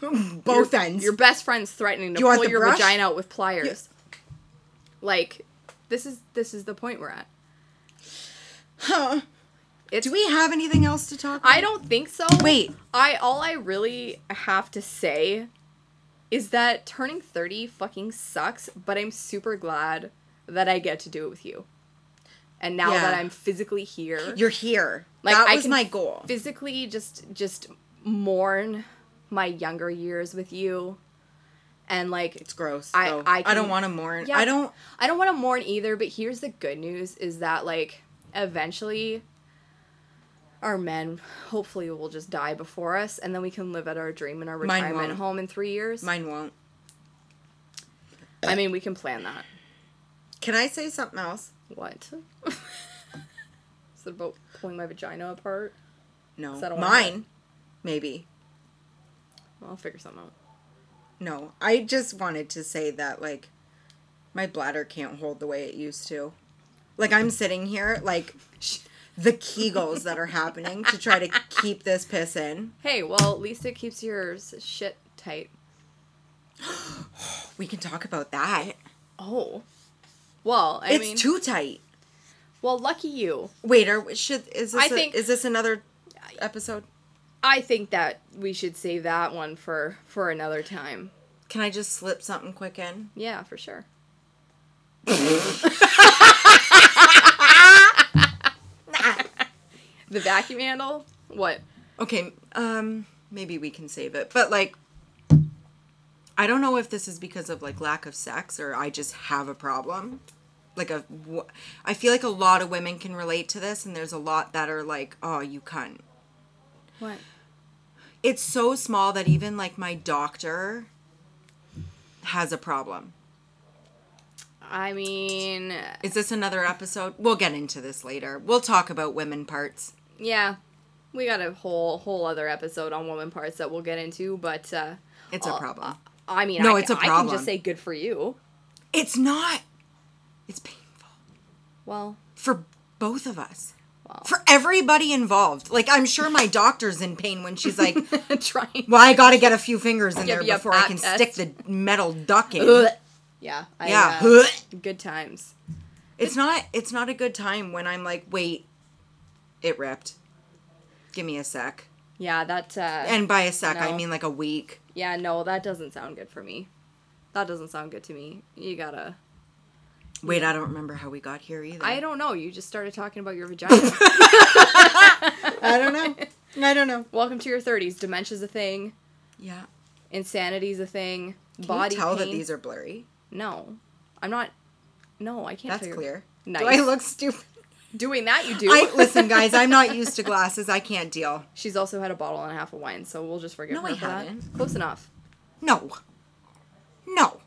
S2: both ends.
S1: Your best friend's threatening to
S2: You want
S1: pull
S2: the
S1: your
S2: brush?
S1: vagina out with pliers. Like, this is this is the point we're at.
S2: Do we have anything else to talk?
S1: I don't think so.
S2: Wait.
S1: I all I really have to say is that turning 30 fucking sucks, but I'm super glad that I get to do it with you. And now
S2: Yeah.
S1: that I'm physically here,
S2: You're here.
S1: Like,
S2: that
S1: I
S2: was
S1: can
S2: my goal.
S1: physically just just mourn my younger years with you and like
S2: It's gross.
S1: I-
S2: though.
S1: I
S2: I don't
S1: can-
S2: want to mourn.
S1: Yeah.
S2: I don't.
S1: I don't want to mourn either, but here's the good news is that like eventually our men hopefully will just die before us and then we can live at our dream in our
S2: Mine
S1: retirement
S2: won't.
S1: home in 3 years.
S2: Mine won't.
S1: I mean, we can plan that.
S2: Can I say something else?
S1: What? is it about pulling my vagina apart?
S2: No.
S1: Is that all right?
S2: Mine, maybe.
S1: Well, I'll figure something out.
S2: No. I just wanted to say that like my bladder can't hold the way it used to. Like I'm sitting here like the kegels that are happening to try to keep this piss in.
S1: Hey, well, at least it keeps your s- shit tight.
S2: We can talk about that.
S1: Oh. Well, I
S2: it's
S1: mean,
S2: too tight.
S1: well, lucky you.
S2: Wait, are should is this
S1: I
S2: a-
S1: think-
S2: is this another episode?
S1: I think that we should save that one for for another time.
S2: Can I just slip something quick in?
S1: Yeah, for sure. the vacuum handle? What?
S2: Okay, um maybe we can save it. But like I don't know if this is because of like lack of sex or I just have a problem. Like a wh- I feel like a lot of women can relate to this and there's a lot that are like, "Oh, you cunt."
S1: What?
S2: It's so small that even like my doctor has a problem.
S1: I mean,
S2: Is this another episode? We'll get into this later. We'll talk about women parts.
S1: yeah. We got a whole whole other episode on woman parts that we'll get into, but uh
S2: It's a
S1: I'll-
S2: problem.
S1: I mean,
S2: No,
S1: I,
S2: it's a
S1: I can
S2: problem.
S1: just say good for you.
S2: It's not. It's painful
S1: Well,
S2: for both of us.
S1: Wow.
S2: For everybody involved. Like I'm sure my doctor's in pain when she's like,
S1: trying.
S2: "Well, I got to get a few fingers in
S1: Give
S2: there
S1: you a
S2: before I
S1: pap
S2: can
S1: test."
S2: stick the metal duck in."
S1: Yeah. I,
S2: uh. yeah.
S1: uh, good times.
S2: it's not it's not a good time when I'm like, "Wait, it ripped. Give me a sec."
S1: Yeah, that uh
S2: And by a sec, I
S1: No.
S2: mean like a week.
S1: Yeah, no, that doesn't sound good for me. That doesn't sound good to me. You gotta.
S2: Wait, I don't remember how we got here either.
S1: I don't know. You just started talking about your vagina.
S2: I don't know. I don't know.
S1: Welcome to your 30s. Dementia's a thing.
S2: Yeah.
S1: Insanity's a thing.
S2: Can
S1: body
S2: you tell
S1: pain.
S2: that these are blurry?
S1: No, I'm not. No, I can't.
S2: That's
S1: tell you-
S2: clear.
S1: Nice.
S2: Do I look stupid?
S1: Doing that, you do.
S2: I listen, guys. I'm not used to glasses. I can't deal.
S1: She's also had a bottle and a half of wine, so we'll just forgive
S2: No,
S1: her
S2: I
S1: for that.
S2: haven't.
S1: Close enough.
S2: No. No.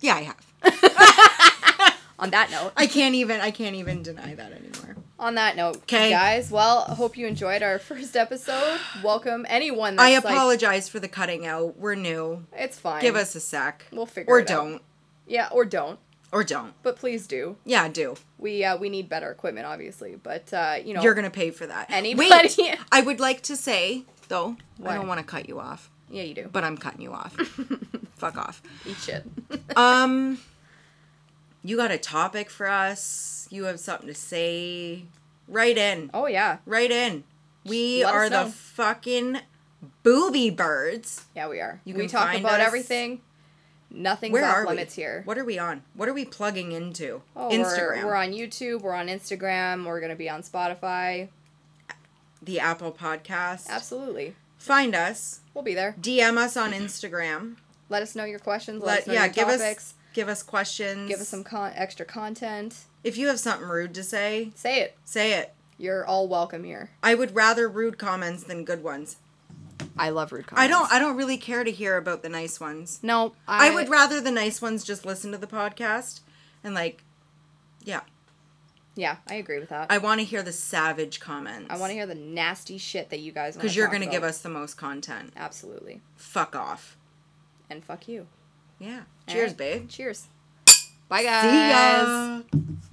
S2: Yeah, I have.
S1: On that note,
S2: I can't even. I can't even deny that anymore.
S1: on that note,
S2: 'Kay.
S1: guys. Well, hope you enjoyed our first episode. Welcome anyone. That's
S2: I
S1: Like,
S2: apologize for the cutting out. We're new.
S1: it's fine.
S2: Give us a sec.
S1: We'll figure
S2: Or
S1: it out.
S2: don't.
S1: Yeah, or don't.
S2: Or don't.
S1: But please do.
S2: Yeah, do.
S1: We uh, we need better equipment, obviously. But uh, you know,
S2: You're gonna pay for that.
S1: Anybody-
S2: Wait. I would like to say though.
S1: What?
S2: I don't want to cut you off,
S1: yeah, you do.
S2: but I'm cutting you off. Fuck off.
S1: Eat shit.
S2: Um, you got a topic for us? You have something to say? Write in.
S1: oh yeah,
S2: Right in. We
S1: Let us
S2: are the
S1: know.
S2: fucking booby birds.
S1: yeah we are.
S2: You
S1: we
S2: can
S1: talk
S2: find
S1: about
S2: us-
S1: everything. Nothing's
S2: Where
S1: off
S2: are
S1: limits
S2: we?
S1: here.
S2: What are we on? What are we plugging into?
S1: Oh, we're-
S2: Instagram,
S1: We're, on YouTube. We're on Instagram. We're gonna be on Spotify.
S2: the Apple Podcast.
S1: Absolutely,
S2: Find us.
S1: we'll be there.
S2: DM us on Instagram.
S1: Let us know your questions. Let,
S2: Let
S1: us know
S2: yeah,
S1: your
S2: give
S1: topics.
S2: us give us questions.
S1: Give us some con- extra content.
S2: If you have something rude to say,
S1: Say it.
S2: say it.
S1: You're all welcome here.
S2: I would rather rude comments than good ones.
S1: I love rude
S2: I don't I don't really care to hear about the nice ones.
S1: No,
S2: I would rather the nice ones just listen to the podcast and like yeah.
S1: Yeah, I agree with that. I,
S2: I want to hear the savage comments.
S1: want to hear the nasty shit that you guys.
S2: because you're gonna
S1: going to
S2: give us the most content.
S1: absolutely
S2: Fuck off.
S1: and fuck you.
S2: Yeah.
S1: All
S2: Cheers,
S1: right.
S2: babe. Eh?
S1: Cheers. Bye, guys.
S2: See ya.